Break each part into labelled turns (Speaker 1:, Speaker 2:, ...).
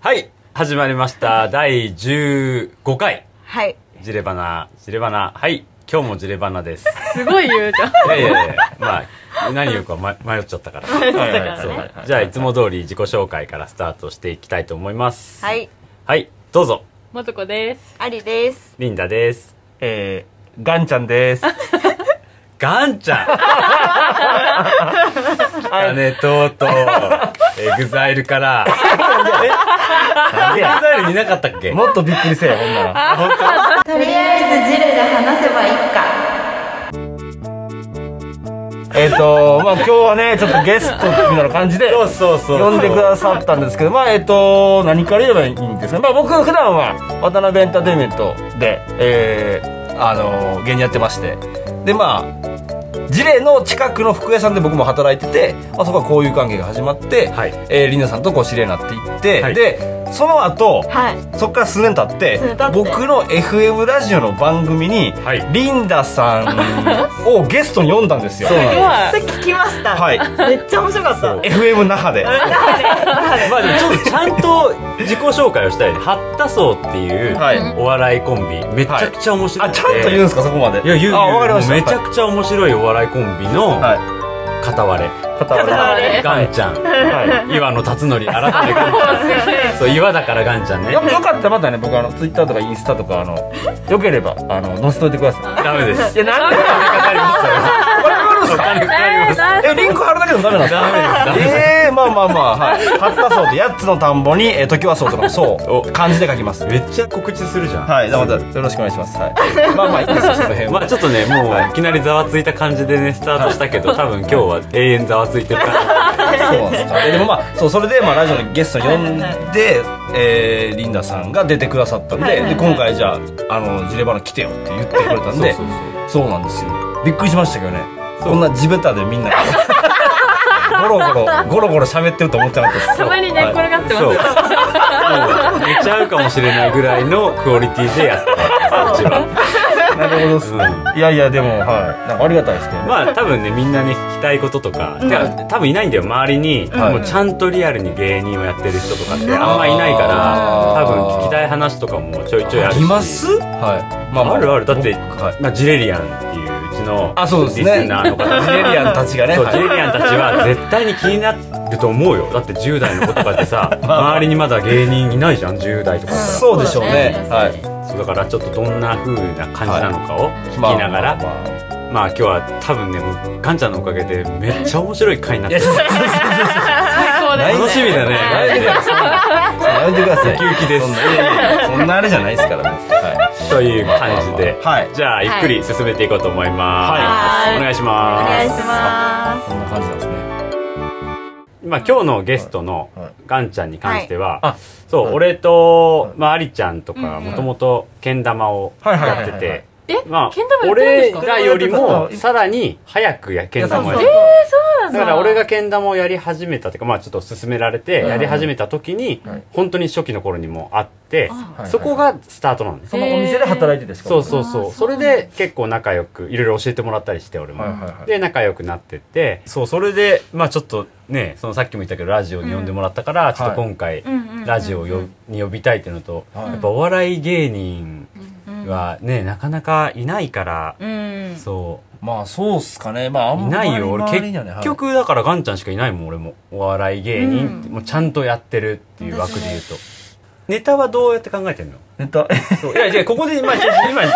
Speaker 1: はい始まりました第15回
Speaker 2: はい。
Speaker 1: ジレバナジレバナはい今日もジレバナです
Speaker 2: すごい言うじゃん。
Speaker 1: いやいやいやまあ何言うか迷迷っちゃったから
Speaker 2: 迷っちゃったからね
Speaker 1: そうじゃあいつも通り自己紹介からスタートしていきたいと思います
Speaker 2: はい。
Speaker 1: はいどうぞ
Speaker 3: もとこです。
Speaker 2: ありです。
Speaker 1: リンダです
Speaker 4: えー、ガンちゃんです。
Speaker 1: ガンちゃんだねとうとうエグザイル からエ
Speaker 4: なんで
Speaker 1: グ
Speaker 4: や
Speaker 1: ザイルになかったっけ
Speaker 4: もっとびっくりせえ、ほんなら。
Speaker 2: とりあえずジレで話せばいいか。
Speaker 4: えっ、と、まあ今日はね、ちょっとゲストみたいな感じで、
Speaker 1: そうそうそう
Speaker 4: 呼んでくださったんですけど、まあえっ、と、何から言えばいいんですかまあ僕普段は渡辺エンターテインメントで、えー、あの芸人やってまして、でまあ、ジレの近くの服屋さんで僕も働いてて、まあ、そこは交友関係が始まって、
Speaker 1: はい
Speaker 4: えー、リナさんとこう知り合いになっていって、
Speaker 1: はい
Speaker 4: でその後、
Speaker 2: はい。
Speaker 4: そっから数年経って
Speaker 2: 数年経って
Speaker 4: 僕の FM ラジオの番組に、
Speaker 1: はい
Speaker 4: リンダさんをゲストに呼んだんですよ。
Speaker 1: そうなんです
Speaker 2: それ聞きました。
Speaker 4: はい。
Speaker 2: めっちゃ面白かっ
Speaker 1: そう
Speaker 2: た。
Speaker 4: FM 那覇で。
Speaker 1: まあでもちょっとちゃんと自己紹介をしたいね。ハッタソーっていう
Speaker 4: はい
Speaker 1: お笑いコンビ、めちゃくちゃ面白い、
Speaker 4: あ、ちゃんと言うんですか、そこまで。
Speaker 1: いや、言う、
Speaker 4: あ、わかりました。
Speaker 1: もうめちゃくちゃ面白いお笑いコンビの
Speaker 4: はい。
Speaker 1: 片割れ。
Speaker 4: はい。片割れ。
Speaker 1: ガンちゃん、
Speaker 4: は
Speaker 1: 岩野達 則、改めてガンちゃん。そう、岩だからガンちゃん
Speaker 4: い。
Speaker 1: ね
Speaker 4: よ。よかったらまたね、僕あの、ツイッターとかインスタとか、あの、よければ、あの、載せといてくださ
Speaker 1: ダメです。
Speaker 4: い。いや、なんでこ
Speaker 1: お金かかりますよ
Speaker 4: れかかるんす
Speaker 1: お金か
Speaker 4: か
Speaker 1: かりま
Speaker 4: え、リンク貼るだけでもダメなんですか
Speaker 1: ダメですダメです
Speaker 4: ええー、まあまあまあ、はい。貼ったそうと、八つの田んぼに、えー、時はそうとかのそう、漢字で書きます
Speaker 1: す。。めっちゃ告知するじゃん。
Speaker 4: はい、じゃあまたよろしくお願いします。はい。まあまあ、いいですよ、その辺は。
Speaker 1: まあちょっとね、もういきなりざわついた感じでね、スタートしたけど、多分今日は永遠ざわついてる感
Speaker 4: そうなんですか。えでもまあ、そう、それで、まあ、ラジオのゲストに呼んで、えーリンダさんが出てくださったんで、
Speaker 2: はいはいはい
Speaker 4: で、今回じゃあ、あの、ジレバナ来てよって言ってくれたん
Speaker 1: じ。
Speaker 4: で、そうなんですよ。びっくりしましたけどね。こんな地べたでみんな、ゴロゴロ、ゴロゴロ喋ってると思ってなかったです。
Speaker 3: たまに
Speaker 4: は
Speaker 3: 寝
Speaker 4: い
Speaker 3: っ転がってま
Speaker 1: そう。もう
Speaker 3: す。
Speaker 1: 寝ちゃうかもしれないぐらいのクオリティでやってます、うちは。
Speaker 4: なるほどっす、
Speaker 1: うん
Speaker 4: いやいや、でも、はい。なんかありがたいですけどね。
Speaker 1: まあ多分ね、みんなね、聞きたいこととか、てか多分いないんだよ、周りに、
Speaker 4: はい
Speaker 1: もうちゃんとリアルに芸人をやってる人とかってあんまいないから、
Speaker 4: あー
Speaker 1: 多分聞きたい話とかもちょいちょいあ
Speaker 4: あ
Speaker 1: るし。
Speaker 4: りますはい。ま
Speaker 1: あるある。だって、
Speaker 4: はい。
Speaker 1: まあ、ジレリアンっていううちの
Speaker 4: あ、そうですね。
Speaker 1: リスナーの方
Speaker 4: ジレリアンたちがね。
Speaker 1: そう
Speaker 4: はい
Speaker 1: ジェリアンたちは絶対に気になると思うよだって10代の子とかって さ周りにまだ芸人いないじゃん10代とかだった
Speaker 4: そうでしょうね。
Speaker 2: そう
Speaker 4: は
Speaker 2: だ
Speaker 4: い
Speaker 2: ね。
Speaker 1: らそうだからちょっとどんな風な感じなのかを聞きながら、
Speaker 4: まあまあまあ
Speaker 1: まあ今日は多分ねもうガンちゃんのおかげでめっちゃ面白い回になっ
Speaker 4: い
Speaker 1: て
Speaker 4: や、
Speaker 1: る
Speaker 4: ちょっと、ちょっとちょっ
Speaker 3: そうです
Speaker 1: 楽しみだね
Speaker 4: とやめてください。やめてください。
Speaker 1: ウキウキです
Speaker 4: そんないやいやそんなあれじゃないですからね。は
Speaker 1: という
Speaker 4: い。まあ
Speaker 1: 感じで、
Speaker 4: まあまあはい。
Speaker 1: じゃあゆっくり進めていこうと思います、
Speaker 2: はい
Speaker 1: お願いし
Speaker 2: お
Speaker 1: ます
Speaker 2: 願いしま
Speaker 4: こんな感じなんですね。
Speaker 1: まあ、今日のゲストの
Speaker 4: はいはい
Speaker 1: ガンちゃんに関しては、
Speaker 4: はいあ
Speaker 1: そう、
Speaker 4: はい
Speaker 1: 俺と、まあ、アリちゃんとか
Speaker 3: うんうん
Speaker 1: もともとけん玉を
Speaker 4: はいはいは
Speaker 1: や
Speaker 4: い
Speaker 1: っ
Speaker 4: はい
Speaker 1: てて
Speaker 3: え
Speaker 1: ま
Speaker 3: けん玉
Speaker 1: あ
Speaker 3: やってるん
Speaker 1: 俺
Speaker 3: ですか
Speaker 1: がよりも
Speaker 4: そう
Speaker 1: さらに早くやけん玉をやって
Speaker 4: いや
Speaker 1: だから俺がけん玉をやり始めたっていうか、まあ、ちょっと勧められてやり始めた時に、
Speaker 4: はい
Speaker 1: 本当に初期の頃にもあって、
Speaker 4: はい
Speaker 1: そこがスタートなんです、
Speaker 4: そのお店で働いててしか
Speaker 1: そ
Speaker 4: も。
Speaker 1: うそうそう
Speaker 3: あー
Speaker 1: それで結構仲良くいろいろ教えてもらったりして俺も、
Speaker 4: はいはいはい
Speaker 1: で仲良くなってってそうそれでまあちょっとねそのさっきも言ったけどラジオに呼んでもらったから、ちょっと今回、
Speaker 2: うんうんうん
Speaker 1: ラジオをよに呼びたいっていうのと、
Speaker 4: はい
Speaker 1: やっぱお笑い芸人
Speaker 2: す。
Speaker 1: はねなかなかいないから、
Speaker 2: うん。
Speaker 1: そ
Speaker 4: まあ、そうっすかね。まあ、あ
Speaker 1: うんい
Speaker 4: ま
Speaker 1: な
Speaker 4: り
Speaker 1: いよ俺
Speaker 4: 周りにはね
Speaker 1: 結。局だからガンちゃんしかいないもん俺もお笑い芸人って、
Speaker 2: うん
Speaker 1: もうちゃんとやってるっていう枠で言うと。ネタはどうやって考えてんの
Speaker 4: ネタ、えこ
Speaker 1: そういや いや、ここで今、今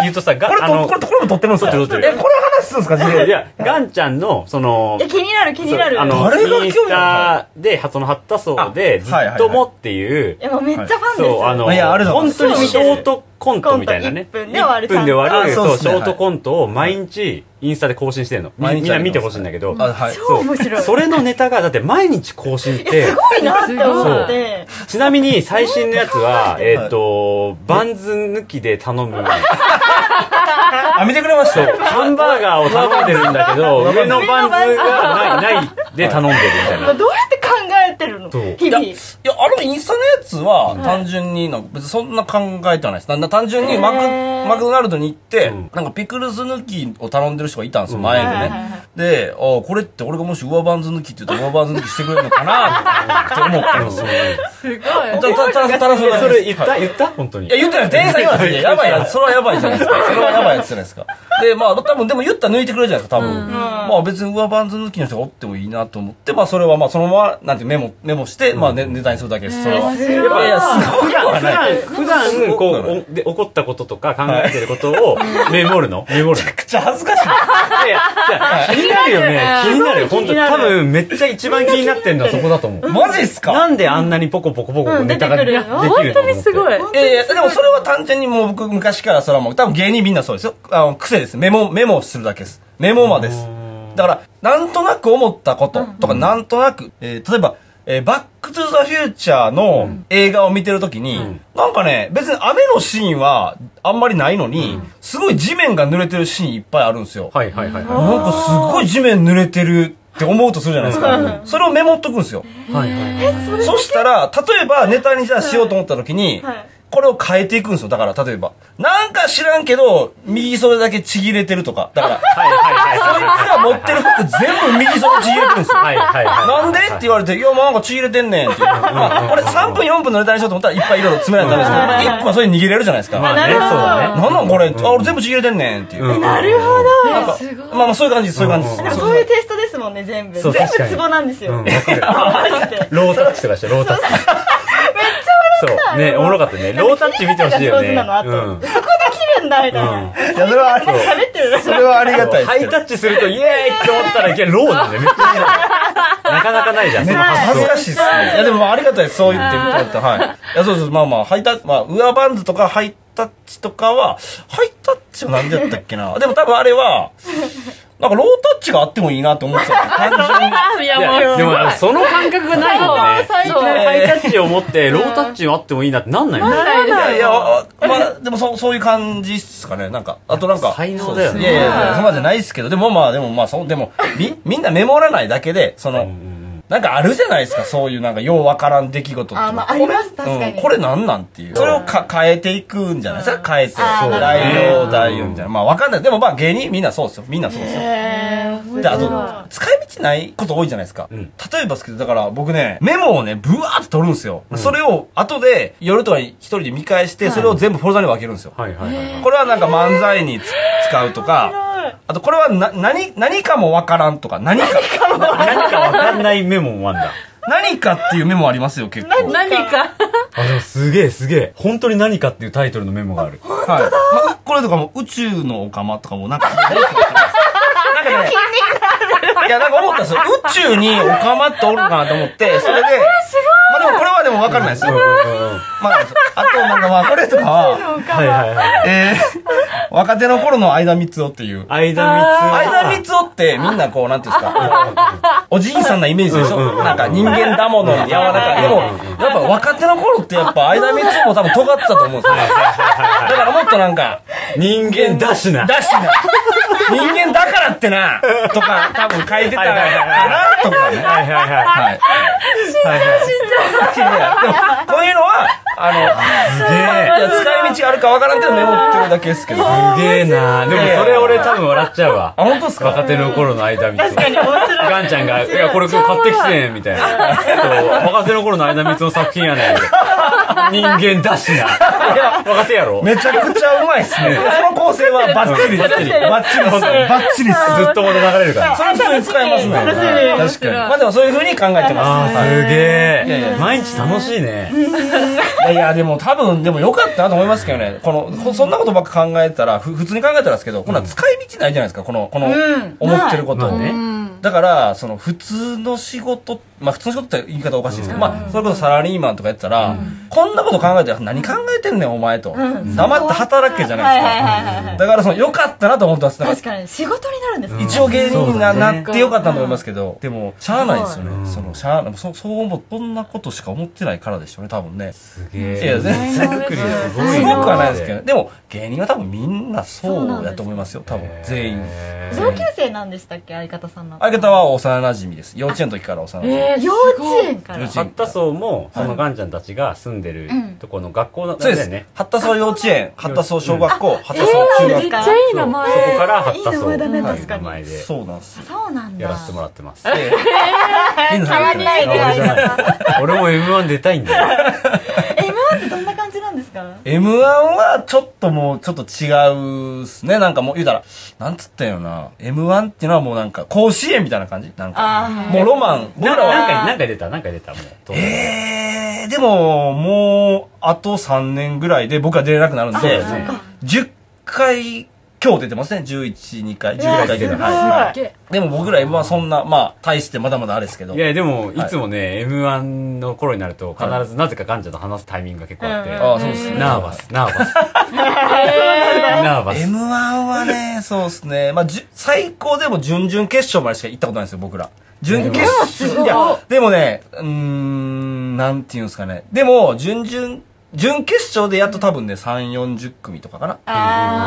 Speaker 1: 言うとさ、ガ
Speaker 4: れ
Speaker 1: あの
Speaker 4: と、これと、これも撮ってるんですか
Speaker 1: 撮
Speaker 4: え、
Speaker 1: っ
Speaker 4: こ
Speaker 1: てる撮って
Speaker 4: れ
Speaker 1: る
Speaker 4: 話すんですか、ジ
Speaker 1: いや
Speaker 4: レ
Speaker 1: いや、ガンちゃんの、その
Speaker 2: いや、、気になる気になる。
Speaker 1: そうあの、
Speaker 4: 誰が興味
Speaker 1: インスタで、その、ハッタソーで、ず
Speaker 4: あはいはいはい
Speaker 1: っともっていう
Speaker 2: い、や、もうめっちゃファンです。
Speaker 1: そう、あの、
Speaker 4: いやありがとうご
Speaker 1: 本
Speaker 4: ざ
Speaker 1: 当
Speaker 4: い
Speaker 1: に
Speaker 4: ます
Speaker 1: ショートコントみたいなね。
Speaker 2: コント一分で終わる
Speaker 1: 一分で終わるそ
Speaker 4: あ
Speaker 1: う、
Speaker 4: そうっ
Speaker 1: シ
Speaker 4: すね
Speaker 1: ョートコントを毎日、インスタで更新してんの。み
Speaker 4: 毎日
Speaker 1: みんな見てほしいんだけど。
Speaker 4: あ、はい。
Speaker 2: 超面白い。
Speaker 1: それのネタが、だって毎日更新って、
Speaker 2: すごいなって思って。
Speaker 1: ちなみに最新のやつは、えっと、バンズ抜きで頼む。
Speaker 4: あ、見てくれましたよ。
Speaker 1: ハンバーガーを頼んでるんだけど、上のバンズがない、ないで頼んでるみたい
Speaker 2: まあ
Speaker 1: な。
Speaker 2: どうやって考えてるの
Speaker 3: の
Speaker 1: そう
Speaker 3: 日
Speaker 4: い や
Speaker 3: 々
Speaker 4: いやあのインスタのやつは単純になんか別にそんな考えてはないですなな単純にマクマクドナルドに行って、
Speaker 1: うん
Speaker 4: なんかピクルス抜きを頼んでる人がいたんですよ、
Speaker 1: うん
Speaker 4: 前
Speaker 3: はい
Speaker 4: で
Speaker 3: はいはいは
Speaker 4: ねであこれって俺がもし上バンズ抜きって言ったら上バンズ抜きしてくれるのかなっ て思ったんですよ
Speaker 3: すごい
Speaker 4: たたたたただそれだけ
Speaker 1: そ
Speaker 4: です
Speaker 1: れ言った言った本当に
Speaker 4: いや、言ってない。店員さん言わない。いややばいや つ。それはやばいじゃないですか。それはやばいやつじゃないですか。で、まあ、多分、でも言ったら抜いてくれるじゃないですか、多分。まあ、別に上バンズ抜きの人がおってもいいなと思って、まあ、それはまあ、そのまま、なんていうメモ、メモして、まあ、ねネタにするだけです。それは。
Speaker 3: 白い
Speaker 4: やっぱいや、すごいは
Speaker 1: 普
Speaker 4: ない。
Speaker 1: 段普段こうおで起こったこととか考えてることをメモるのメモるの
Speaker 4: めちゃくちゃ恥ずかしい。
Speaker 1: いやいや気になるよね気になるよ
Speaker 3: すごい
Speaker 1: 本当
Speaker 3: 気に
Speaker 1: に
Speaker 3: なる
Speaker 1: 多分めっちゃ一番気になってんのはそこだと思う
Speaker 4: マジっすか
Speaker 1: なんであんなにポコポコポコポコ
Speaker 3: うん
Speaker 1: ネ
Speaker 3: 出
Speaker 1: タ
Speaker 3: て
Speaker 1: が
Speaker 3: く
Speaker 1: できる
Speaker 3: るよ
Speaker 1: のと思って
Speaker 3: 本当にすごい
Speaker 4: いやいや、でもそれは単純にもう僕昔からそれはもう多分芸人みんなそうですよ。あの癖です。メモ、メモをするだけです。メモマです。だから、なんとなく思ったこととか、なんとなく、えー例えば、えーバックトゥザフューチャーの映画を見てるときに、
Speaker 1: ん
Speaker 4: なんかね、別に雨のシーンはあんまりないのに、すごい地面が濡れてるシーンいっぱいあるんですよ。
Speaker 1: はいはいはいはい
Speaker 4: なんかすごい地面濡れてるって思うとするじゃないですか。それをメモっとくんですよ。
Speaker 1: はいはいはい
Speaker 4: そしたら、例えばネタにじゃあしようと思った時に、
Speaker 3: はい
Speaker 4: これを変えていくんですよ。だから、例えば。なんか知らんけど、右袖だけちぎれてるとか。だから、 こ
Speaker 1: はい
Speaker 4: いつが持ってる服全部右袖ちぎれてるんですよ。
Speaker 1: はいはいはい
Speaker 4: なんでって言われて、いや、もうなんかちぎれてんねんっていう。まあこれ3分4分のネタにしようと思ったらいっぱい色々詰めないとダメですけど、1個はそれに逃げれるじゃないですか。
Speaker 1: まあ
Speaker 4: な
Speaker 1: ねそう
Speaker 3: なるほど
Speaker 1: だね
Speaker 4: んなんこれ、あ、俺全部ちぎれてんねんっていう。
Speaker 1: うん
Speaker 4: ま
Speaker 3: なるほど
Speaker 4: なんかまあまあそういう感じです、そういう感じです。
Speaker 1: うんうんうん
Speaker 2: そういうテイストですもんね全部
Speaker 1: そう
Speaker 2: 全
Speaker 1: 確か
Speaker 2: 部
Speaker 1: に
Speaker 2: ツボなんですよ、
Speaker 1: うんわ
Speaker 2: マ
Speaker 1: かる
Speaker 2: ジで
Speaker 1: ロータッチとかしてロータッチめっちゃ笑ったそうねおもろかったねロータッチ見てほしいよね
Speaker 2: なんか切り方が上手なのあと切るんだみたいな、
Speaker 1: うん
Speaker 4: いや、それはあり、
Speaker 2: 喋ってる
Speaker 4: それはありがたいです
Speaker 1: ハ
Speaker 4: け
Speaker 1: イ
Speaker 4: ど。
Speaker 1: タッチするとイエーイって思ったらいきなりローなんだよめっちゃ面白いなかなかないじゃん
Speaker 4: め
Speaker 1: そ
Speaker 4: っち
Speaker 1: の
Speaker 4: ゃ恥
Speaker 1: 発
Speaker 4: ず
Speaker 1: 想
Speaker 4: かしいですね。いや、でもありがたいです。そう言ってみたら、はい。いや、そうそう、まあまあ、ハイタッチ、まあ、ウアバンズとかハイタッチとかは、ハイタッチは何でやったっけな。でも多分あれは、なんかロータッチがあってもいいなと思ってたんですよ。単純に。
Speaker 3: い
Speaker 1: い
Speaker 3: やもうすご
Speaker 1: や
Speaker 3: い
Speaker 1: でもあのその感覚がないもんね
Speaker 3: 最
Speaker 1: いき
Speaker 3: 高最高
Speaker 1: なりハイタッチを持ってロータッチあってもいいなってなんないもんね
Speaker 4: いやいや、あまあ、でもそう、そういう感じっすかね。なんか、あとなんか。
Speaker 1: 才能だよね
Speaker 4: そうですいやいやいや、そんなじゃないですけど、でもまあ、でもまあ、そう、でも、み、みんなメモらないだけで、その、なんかあるじゃないですか、そういうなんか、ようわからん出来事っていうか。
Speaker 2: あまああります確かに
Speaker 4: うんこれなんなんっていう。それをか変えていくんじゃないですか変えて。
Speaker 2: あー
Speaker 4: そう
Speaker 2: な
Speaker 1: るほ
Speaker 4: 代
Speaker 1: ど
Speaker 4: 用、代用みたいな。まあ、わかんない。でもまあ、芸人みんなそうですよ。みんなそうですよ。
Speaker 2: えー
Speaker 4: で、あ
Speaker 2: 面
Speaker 4: と、使い道ないこと多いじゃないですか。
Speaker 1: ん
Speaker 4: 例えばですけど、だから僕ね、メモをね、ブワーって取るんですよ。それを、後で、夜とかに一人で見返して、それを全部フォルダに分けるんですよ。
Speaker 1: はいはいはいはい
Speaker 4: これはなんか漫才につ使うとか、あとこれはな、何、何かもわからんとか、何か、
Speaker 1: 何かわかんないメモもあんだ
Speaker 4: 何かっていうメモありますよ、結構。はい。
Speaker 3: 何か
Speaker 1: あでもすげえすげえ本当に何かっていうタイトルのメモがある
Speaker 4: まあこれとかも、宇宙のオカマとかも、なん か、なんかね、いや、なんか思ったんですよ。宇宙にオカマっておるかなと思って、それで、まあでもこれはでもわかんないですよ。
Speaker 1: は
Speaker 4: まあ、あと、なんかまあ、これとかは、
Speaker 1: いはいはい
Speaker 4: えー、若手の頃の相田光夫っていう。
Speaker 1: 間
Speaker 4: 相田
Speaker 1: 三つ
Speaker 4: 光夫ってみんなこう、なんていうんですか、おじいさんなイメージでしょ
Speaker 1: うんうんうん
Speaker 4: なんか人間だもの、柔らかい。でも、やっぱ若手の頃ってやっぱ相田光夫も多分尖ってたと思うんですよ。だからもっとなんか、
Speaker 1: 人間だしな
Speaker 4: だしな、人間だからってな、とか多分書いてたか
Speaker 1: はいはいはい
Speaker 4: な、とかね。
Speaker 1: はいはいはい
Speaker 4: はい。死んじゃう。でも、こういうのは、あの、
Speaker 1: すげ
Speaker 4: いや使い道があるかわからんけどメモってるだけですけど。あ、
Speaker 1: えすげえなでもそれ俺多分笑っちゃうわ
Speaker 4: 本当です
Speaker 1: 若
Speaker 4: か
Speaker 1: 手の頃の間三つ
Speaker 2: 白い
Speaker 1: ガンちゃんが「いやこれ今日買ってきてね」みたいなそう若手の頃の間三つの作品やねん人間だしな若手やろ
Speaker 4: めちゃくちゃうまいっすね。その構成はバッチリです。
Speaker 1: バッチリ
Speaker 4: バッチリっす。バッチリっす。
Speaker 1: ずっと俺流れるから
Speaker 4: それ普通に使えますね。
Speaker 2: 楽しみ
Speaker 4: 確かに。まあでもそういう風に考えて
Speaker 1: あ
Speaker 4: ます。
Speaker 1: ー
Speaker 4: はい
Speaker 1: すげ
Speaker 4: やい
Speaker 1: え
Speaker 4: や
Speaker 1: 毎日楽しいね
Speaker 4: いやいや、でも多分、でも良かったなと思いますけどね。この、ほそんなことばっか考えたら、ふ普通に考えたらですけど、こんなん使い道ないじゃないですか、この、この、思ってること
Speaker 1: まあね
Speaker 4: だから、その、普通の仕事、まあ普通の仕事って言い方おかしいですけど、まあ、それこそサラリーマンとかやってたら、こんなこと考えて、何考えてんねん、お前と。黙って働けじゃな
Speaker 2: は
Speaker 4: い
Speaker 2: いはい
Speaker 4: で
Speaker 2: はいはい
Speaker 4: すか。だから、その、良かったなと思ったんです。だから
Speaker 2: 確かに仕事になるんですね
Speaker 4: 一応芸人にな,、
Speaker 1: そうだね
Speaker 4: なってよかったと思いますけど、でも、しゃあないですよね。
Speaker 1: ん
Speaker 4: その、しゃあない。そそう思う、そんなことしか思ってないからでしょうね、多分ね。
Speaker 1: すげえ
Speaker 4: いや全然
Speaker 1: 手作りすごいな
Speaker 4: すごくはないですけど、でも芸人は多分みんなそうだと思いますよ、多分全員。
Speaker 2: 同級生なんでしたっけ相方さんなんて
Speaker 4: 相方は幼馴染です。幼稚園の時から幼馴染。
Speaker 2: えー、幼稚園から
Speaker 5: 幼稚園
Speaker 1: 八田荘もそのガンちゃんたちが住んでる
Speaker 6: ん
Speaker 1: とこの学校なんだ
Speaker 4: そうで
Speaker 1: よ
Speaker 4: す
Speaker 1: ね
Speaker 4: ね。、八田荘幼稚園、八田荘小学校、八田
Speaker 2: え
Speaker 4: 荘
Speaker 2: ー
Speaker 4: 中学
Speaker 2: めっちゃいい名前
Speaker 1: そうそこから八田
Speaker 2: いい名
Speaker 1: 荘
Speaker 2: 前だね
Speaker 1: とい
Speaker 2: 確
Speaker 1: う
Speaker 2: か
Speaker 1: 名
Speaker 2: に
Speaker 1: 前で
Speaker 4: そうなんです。
Speaker 6: そうなんだ
Speaker 1: やらせてもらってます
Speaker 4: ええ
Speaker 6: 変わんないぐらいだな
Speaker 1: 俺も M1 出たいんだよ
Speaker 2: え今までどんな感じなんですか
Speaker 4: M1 はちょっともうちょっと違うっすね。なんかもう言うたら、なんつったんよな。M1 っていうのはもうなんか甲子園みたいな感じなんか。
Speaker 2: あ
Speaker 4: もうロマン。 僕
Speaker 1: な
Speaker 4: らは。
Speaker 1: なんかなんか出たなんか出たもう
Speaker 4: えー、でももうあと3年ぐらいで僕は出れなくなるん
Speaker 1: そう
Speaker 4: で
Speaker 1: です、ね
Speaker 4: 10回今日出てますね。11、2回、11回出てる。
Speaker 2: あ、
Speaker 4: は
Speaker 2: すごい
Speaker 4: い。でも僕ら M1 はそんな、まあ、大してまだまだあれですけど。
Speaker 1: いやでもいつもね M1 の頃になると必ずなぜかガンちゃんと話すタイミングが結構あって
Speaker 2: うん
Speaker 4: ああ、そうですね。
Speaker 1: ナーバスナーバス
Speaker 2: え
Speaker 1: ナーバス
Speaker 4: M1 はね、そうですね。まあ、じゅ最高でも準々決勝までしか行ったことないんですよ、僕ら。準決勝。いや、でもね、うーん、なんていうんですかね。でも、準々、準決勝でやっと多分ね、3、40組とかかな。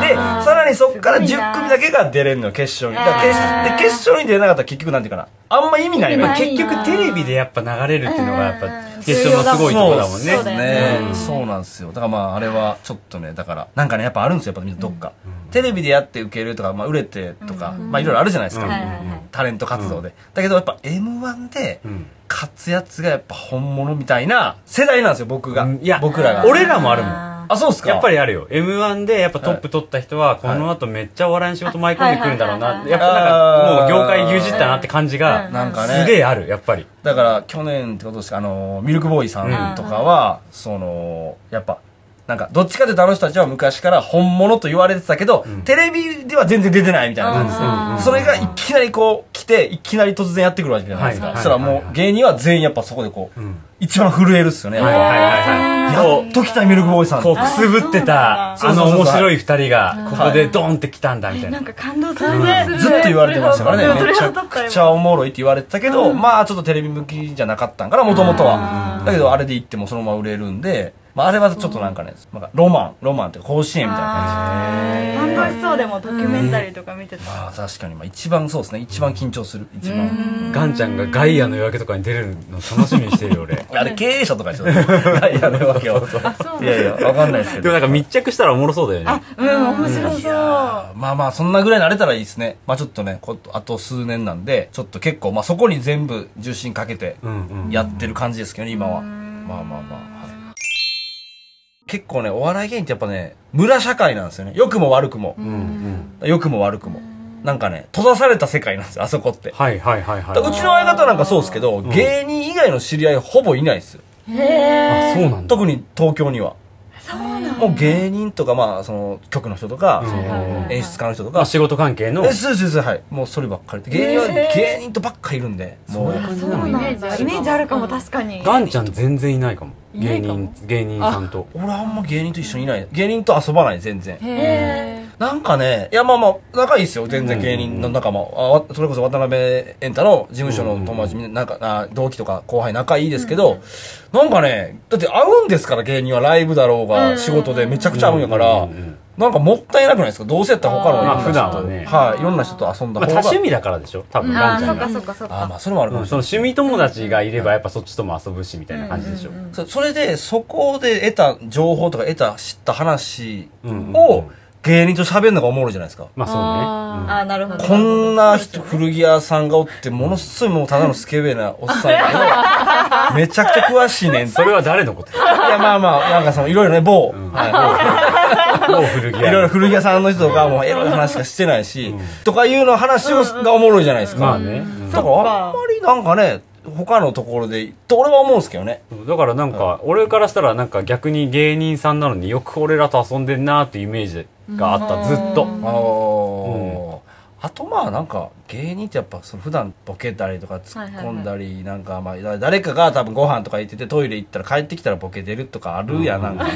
Speaker 2: ー
Speaker 4: で、さらにそっから
Speaker 2: すごいな
Speaker 4: 10組だけが出れるのよ、決勝に。だから決で決勝に出れなかったら結局なんていうかな。あんま意味ない
Speaker 2: 意味
Speaker 1: ま
Speaker 4: な。
Speaker 1: あ
Speaker 2: ない
Speaker 1: 結局テレビでやっぱ流れるっていうのがやっぱ決勝のすごいところだもんね
Speaker 2: そうだよね
Speaker 4: うんそうなんですよ。だからまあ、あれはちょっとね、だから、なんかね、やっぱあるんですよ、やっぱみんなどっか。テレビでやって受けるとか、まあ、売れてとか、まあ、いろいろあるじゃないですか。
Speaker 1: うん
Speaker 2: はいはいはい
Speaker 4: タレント活動で。だけど、やっぱ M1 で
Speaker 1: うん
Speaker 4: 勝つやつがやっぱ本物みたいな世代なんですよ、僕が。
Speaker 1: いや
Speaker 4: 僕らが。
Speaker 1: 俺らもあるもん
Speaker 4: あ、そうっすか
Speaker 1: やっぱりあるよ m 1でやっぱトップ取った人はこの後めっちゃお笑いの仕事舞い込んでくるんだろうなやっぱなんかもう業界牛耳ったなって感じが
Speaker 4: なんかね
Speaker 1: すげえあるやっぱり
Speaker 4: だから去年ってことですかあのミルクボーイさんとかは、そのやっぱなんかどっちかというとあの人たちは昔から本物と言われてたけど、
Speaker 1: ん
Speaker 4: テレビでは全然出てないみたいな感じですね、
Speaker 1: うん
Speaker 4: それがいきなりこう来ていきなり突然やってくるわけじゃないですか、
Speaker 1: はい
Speaker 4: そしたらもう芸人は全員やっぱそこでこう、
Speaker 1: うん
Speaker 4: 一番震えるっすよね、
Speaker 1: はいはいはいはい
Speaker 4: やっと来たミルクボーイさん
Speaker 1: こうくすぶってたあ
Speaker 4: そうなんだ
Speaker 1: の面白い二人がここでドンって来たんだみたい
Speaker 2: ー、な
Speaker 1: なん
Speaker 2: か感動するね、
Speaker 4: ずっと言われてましたからね
Speaker 2: 鳥
Speaker 4: めちゃ
Speaker 2: 肌立った
Speaker 4: く
Speaker 2: よ
Speaker 4: ちゃおもろいって言われてたけど、まあちょっとテレビ向きじゃなかったんからもともとはだけどあれで行ってもそのまま売れるんで、まあ、あれはちょっとなんかねなんかロマンロマンっていうか甲子園みたいな感じで
Speaker 2: 感動しそうでもドキュメンタリーとか見てた、
Speaker 4: まあ確かにまあ一番そうですね一番緊張する一番
Speaker 1: ガンちゃんがガイアの夜明けとかに出れるの楽しみにしてるよ 俺
Speaker 4: あれ経営者とかでしょいやいやるわけよいやいやわかんないですけ
Speaker 1: でも
Speaker 4: ど
Speaker 1: なんか密着したらおもろそうだよね
Speaker 2: うん面白そう、
Speaker 4: まあまあそんなぐらい慣れたらいいですねまあちょっとねことあと数年なんでちょっと結構まあそこに全部重心かけて
Speaker 1: うんうん
Speaker 4: やってる感じですけどね、今は。まあまあまあ。はい結構ね、お笑い芸人ってやっぱね、村社会なんですよね。良くも悪くも。
Speaker 1: うんうん
Speaker 4: 良くも悪くも。なんかね、閉ざされた世界なんですよ、あそこって。
Speaker 1: はいはいはいはい
Speaker 4: だからうちの相方なんかそうですけど、芸人以外の知り合いほぼいないですよ。
Speaker 1: あそうなんだ
Speaker 4: 特に東京には。もう芸人とか、まあ、その、局の人とか、その演出家の人と
Speaker 1: あ
Speaker 4: か、
Speaker 1: 仕事関係の
Speaker 4: え、そうそうそう、はい。もうそればっかりで。芸人は芸人とばっかりいるんで、もう。
Speaker 2: そうなんだイメージあるかも確かに
Speaker 1: ガンちゃん全然いないかも
Speaker 2: いな
Speaker 1: 芸
Speaker 2: いかも
Speaker 1: 人芸人さんと
Speaker 4: 俺あんま芸人と一緒にいない芸人と遊ばない全然なんかねいやまあまあ仲いいですよ全然芸人の仲間、あわそれこそ渡辺エンタの事務所の友達みんななんかあ同期とか後輩仲いいですけど、なんかねだって会うんですから芸人はライブだろうが、仕事でめちゃくちゃ会うんやから、
Speaker 1: うんうんうん
Speaker 4: なんかもったいなくないですかどうせやったら他のいろんな
Speaker 1: ま
Speaker 4: 人と
Speaker 1: あ普段はね
Speaker 4: はいいろんな人と遊んだ
Speaker 1: まあ
Speaker 4: 方
Speaker 1: 多
Speaker 4: が、
Speaker 1: 趣味だからでしょ多分ガンちゃんが
Speaker 6: そっかそっ
Speaker 4: あまあそれもあるか
Speaker 1: う
Speaker 4: も
Speaker 1: ん
Speaker 4: し
Speaker 1: そ
Speaker 4: れ
Speaker 1: の
Speaker 4: ない、
Speaker 1: 趣味友達がいればやっぱそっちとも遊ぶしみたいな感じでしょ
Speaker 4: そそれでそこで得た情報とか得た知った話
Speaker 1: うんうんうん
Speaker 4: を芸人と喋るのがおもろいじゃないですか
Speaker 1: まあ
Speaker 6: あなるほど
Speaker 4: こんな人、古着屋さんがおって、ものすごいもうただのスケベなおっさんやけど、めちゃくちゃ詳しいねん
Speaker 1: そうねそ
Speaker 4: と。い
Speaker 1: れは誰のこと
Speaker 4: や、まあまあ、なんかその、いろいろね、某、は
Speaker 1: もう古着
Speaker 4: い、某いろいろ
Speaker 1: 屋
Speaker 4: 古着屋さんの人とか、もうエロい話しかしてないし、とかいうの話をがおもろいじゃないですか。
Speaker 1: まあねうん
Speaker 4: だから、あんまりなんかね、他のところで、と俺は思うんですけどね。
Speaker 1: だからなんか俺からしたらなんか逆に芸人さんなのによく俺らと遊んでんなーっていうイメージがあったずっと
Speaker 4: あのーあとまあなんか芸人ってやっぱその普段ボケたりとか突っ込んだりなんかまあだ誰かが多分ご飯とか行っててトイレ行ったら帰ってきたらボケ出るとかあるやんなんか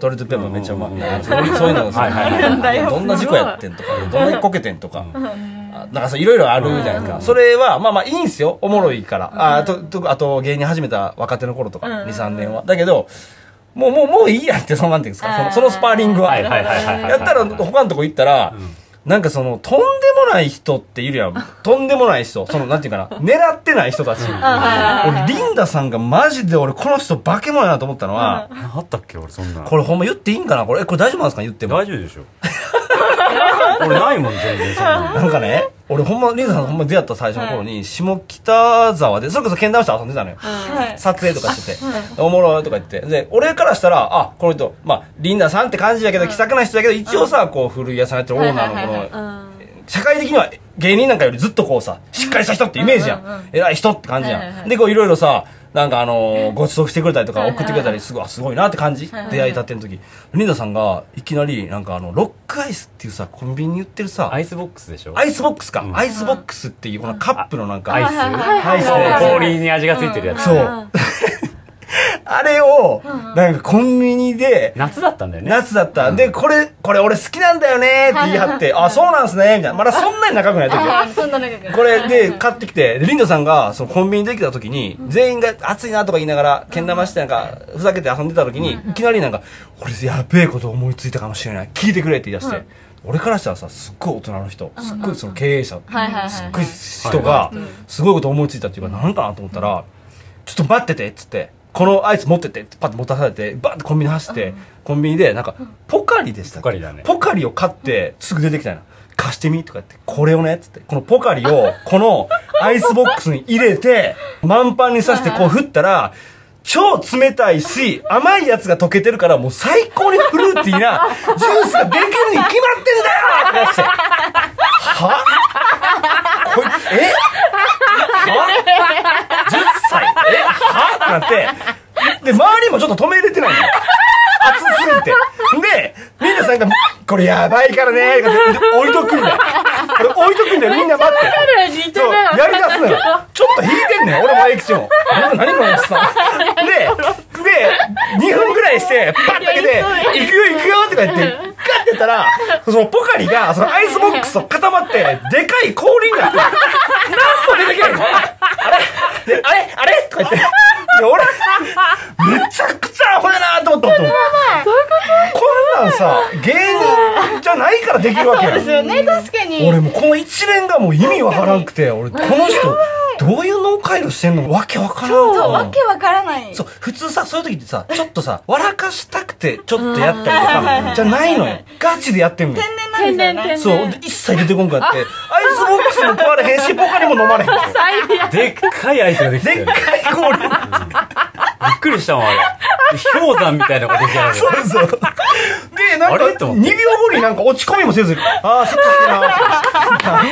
Speaker 4: トイレットペーパーめっちゃうまいなんかそういうそういうのが
Speaker 1: はいはいはい
Speaker 2: るんだ よ
Speaker 4: どんな事故やってんとかどんなにこけてんとかあなんかそういろいろあるじゃないですかそれはまあまあいいんすよおもろいからあととあと芸人始めた若手の頃とか23年はだけどもうもうもういいやんってそのなんていうんですかそのそのスパーリングは
Speaker 1: はいはいはいはいはい
Speaker 4: やったら他のとこ行ったら、なんかその、とんでもない人っているやん。とんでもない人。その、なんていう かな、狙ってない人たち。俺、リンダさんがマジで俺、この人化け物やなと思ったのは、
Speaker 1: あったっけ俺そんな
Speaker 4: これほんま言っていいんかなこれ、えこれ大丈夫なんですか言っても。
Speaker 1: 大丈夫でしょ俺ないもん全然そんな
Speaker 4: なんかね、俺ほんま、リンダさんほんま出会った最初の頃に、下北沢で、それこそ剣談して遊んでたのよ。
Speaker 2: はい
Speaker 4: 撮影とかしてて、おもろいとか言って。で、俺からしたら、あ、この人、まあ、リンダさんって感じだけど、気さくな人だけど、一応さ、こう、古い屋さんやってるオーナーのこの、社会的には芸人なんかよりずっとこうさ、しっかりした人ってイメージやん。偉い人って感じやん。で、こういろいろさ、なんかあのーご馳走してくれたりとか送ってくれたり、すごい、あすごいなって感じ。出会いたての時。リンダさんが、いきなり、なんかあの、ロックアイスっていうさ、コンビニに売ってるさ
Speaker 1: ア、イスボックスでしょ
Speaker 4: アイスボックスか
Speaker 1: う。ん
Speaker 4: アイスボックスっていう、このカップのなんか、
Speaker 1: アイス
Speaker 4: アイス
Speaker 1: あ
Speaker 4: で
Speaker 1: の氷に味がついてるやつ
Speaker 4: そう。 あれを、なんかコンビニで、
Speaker 1: 夏だったんだよね
Speaker 4: 夏だった。で、これ、これ俺好きなんだよねって言い張って、あ、そうなんすね、みたいな。まだそんなに仲良くない 時よ。
Speaker 2: そんな中から
Speaker 4: これで買ってきて、でリンダさんがそのコンビニできた時に、全員が暑いなとか言いながら、けん玉してなんか、ふざけて遊んでた時に、いきなりなんか、俺やべえこと思いついたかもしれない。聞いてくれって言い出して。俺からしたらさ、すっごい大人の人、すっごいその経営者、
Speaker 2: はいはいはい
Speaker 4: すっごい人が、すごいこと思いついたっていうか、なんかなと思ったら、ちょっと待っててっつって、このアイス持ってってってパッて持たされて、バッてコンビニ走って、コンビニでなんか、ポカリでしたっけ
Speaker 1: ポカリだね
Speaker 4: ポカリを買って、すぐ出てきたの。貸してみとか言って、これをね、つって。このポカリを、このアイスボックスに入れて、満パンに刺してこう振ったら、超冷たいし、甘いやつが溶けてるから、もう最高にフルーティーなジュースができるに決まってんだよって言って。はこいえは ?10 歳えはってなって、で、周りもちょっと止めれてないのよ。熱すぎて。で、みんなさんが、これやばいからね、とか言って置いとくんだよ。これ置いとくんだよ、みんな待って。
Speaker 2: 似
Speaker 4: そう、やりだすのよ。ちょっと引いてんねん、俺もエキシも。なんか何このおっさん。で、で、2分ぐらいして、パッと開けて、行くよ行くよとか言って、ガッてやったら、そのポカリが、そのアイスボックスと固まって、でかい氷になって、なんも出てけないの。あれで、あれあれとか言って。で、俺、めちゃくちゃアホやなと思ったと思う。こんなんさ、芸人じゃないからできるわけやん。
Speaker 2: ですよね確かに
Speaker 4: 俺もうこの一連がもう意味わからんくて俺この人どういう脳回路してんのわけわからん
Speaker 2: そう
Speaker 4: わ
Speaker 2: わけわからない
Speaker 4: そう普通さそういう時ってさちょっとさ笑かしたくてちょっとやった
Speaker 2: うんはいはいはい
Speaker 4: りとかじゃないのよガチでやってんのよ
Speaker 2: 天然なんですよ ね
Speaker 4: そうで一切出てこんかってアイスボックスも壊れへんしポカリも飲まれへん
Speaker 1: でっかいアイスができてた
Speaker 4: でっ
Speaker 1: よ
Speaker 4: か
Speaker 1: ね
Speaker 4: い氷
Speaker 1: びっくりしたもんあれ氷山みたいなのが出来上がるよ
Speaker 4: そうそうでなん
Speaker 1: あ
Speaker 4: か
Speaker 1: れと思
Speaker 4: 2
Speaker 1: って
Speaker 4: 秒後になんか落ち込みもせずああそうだな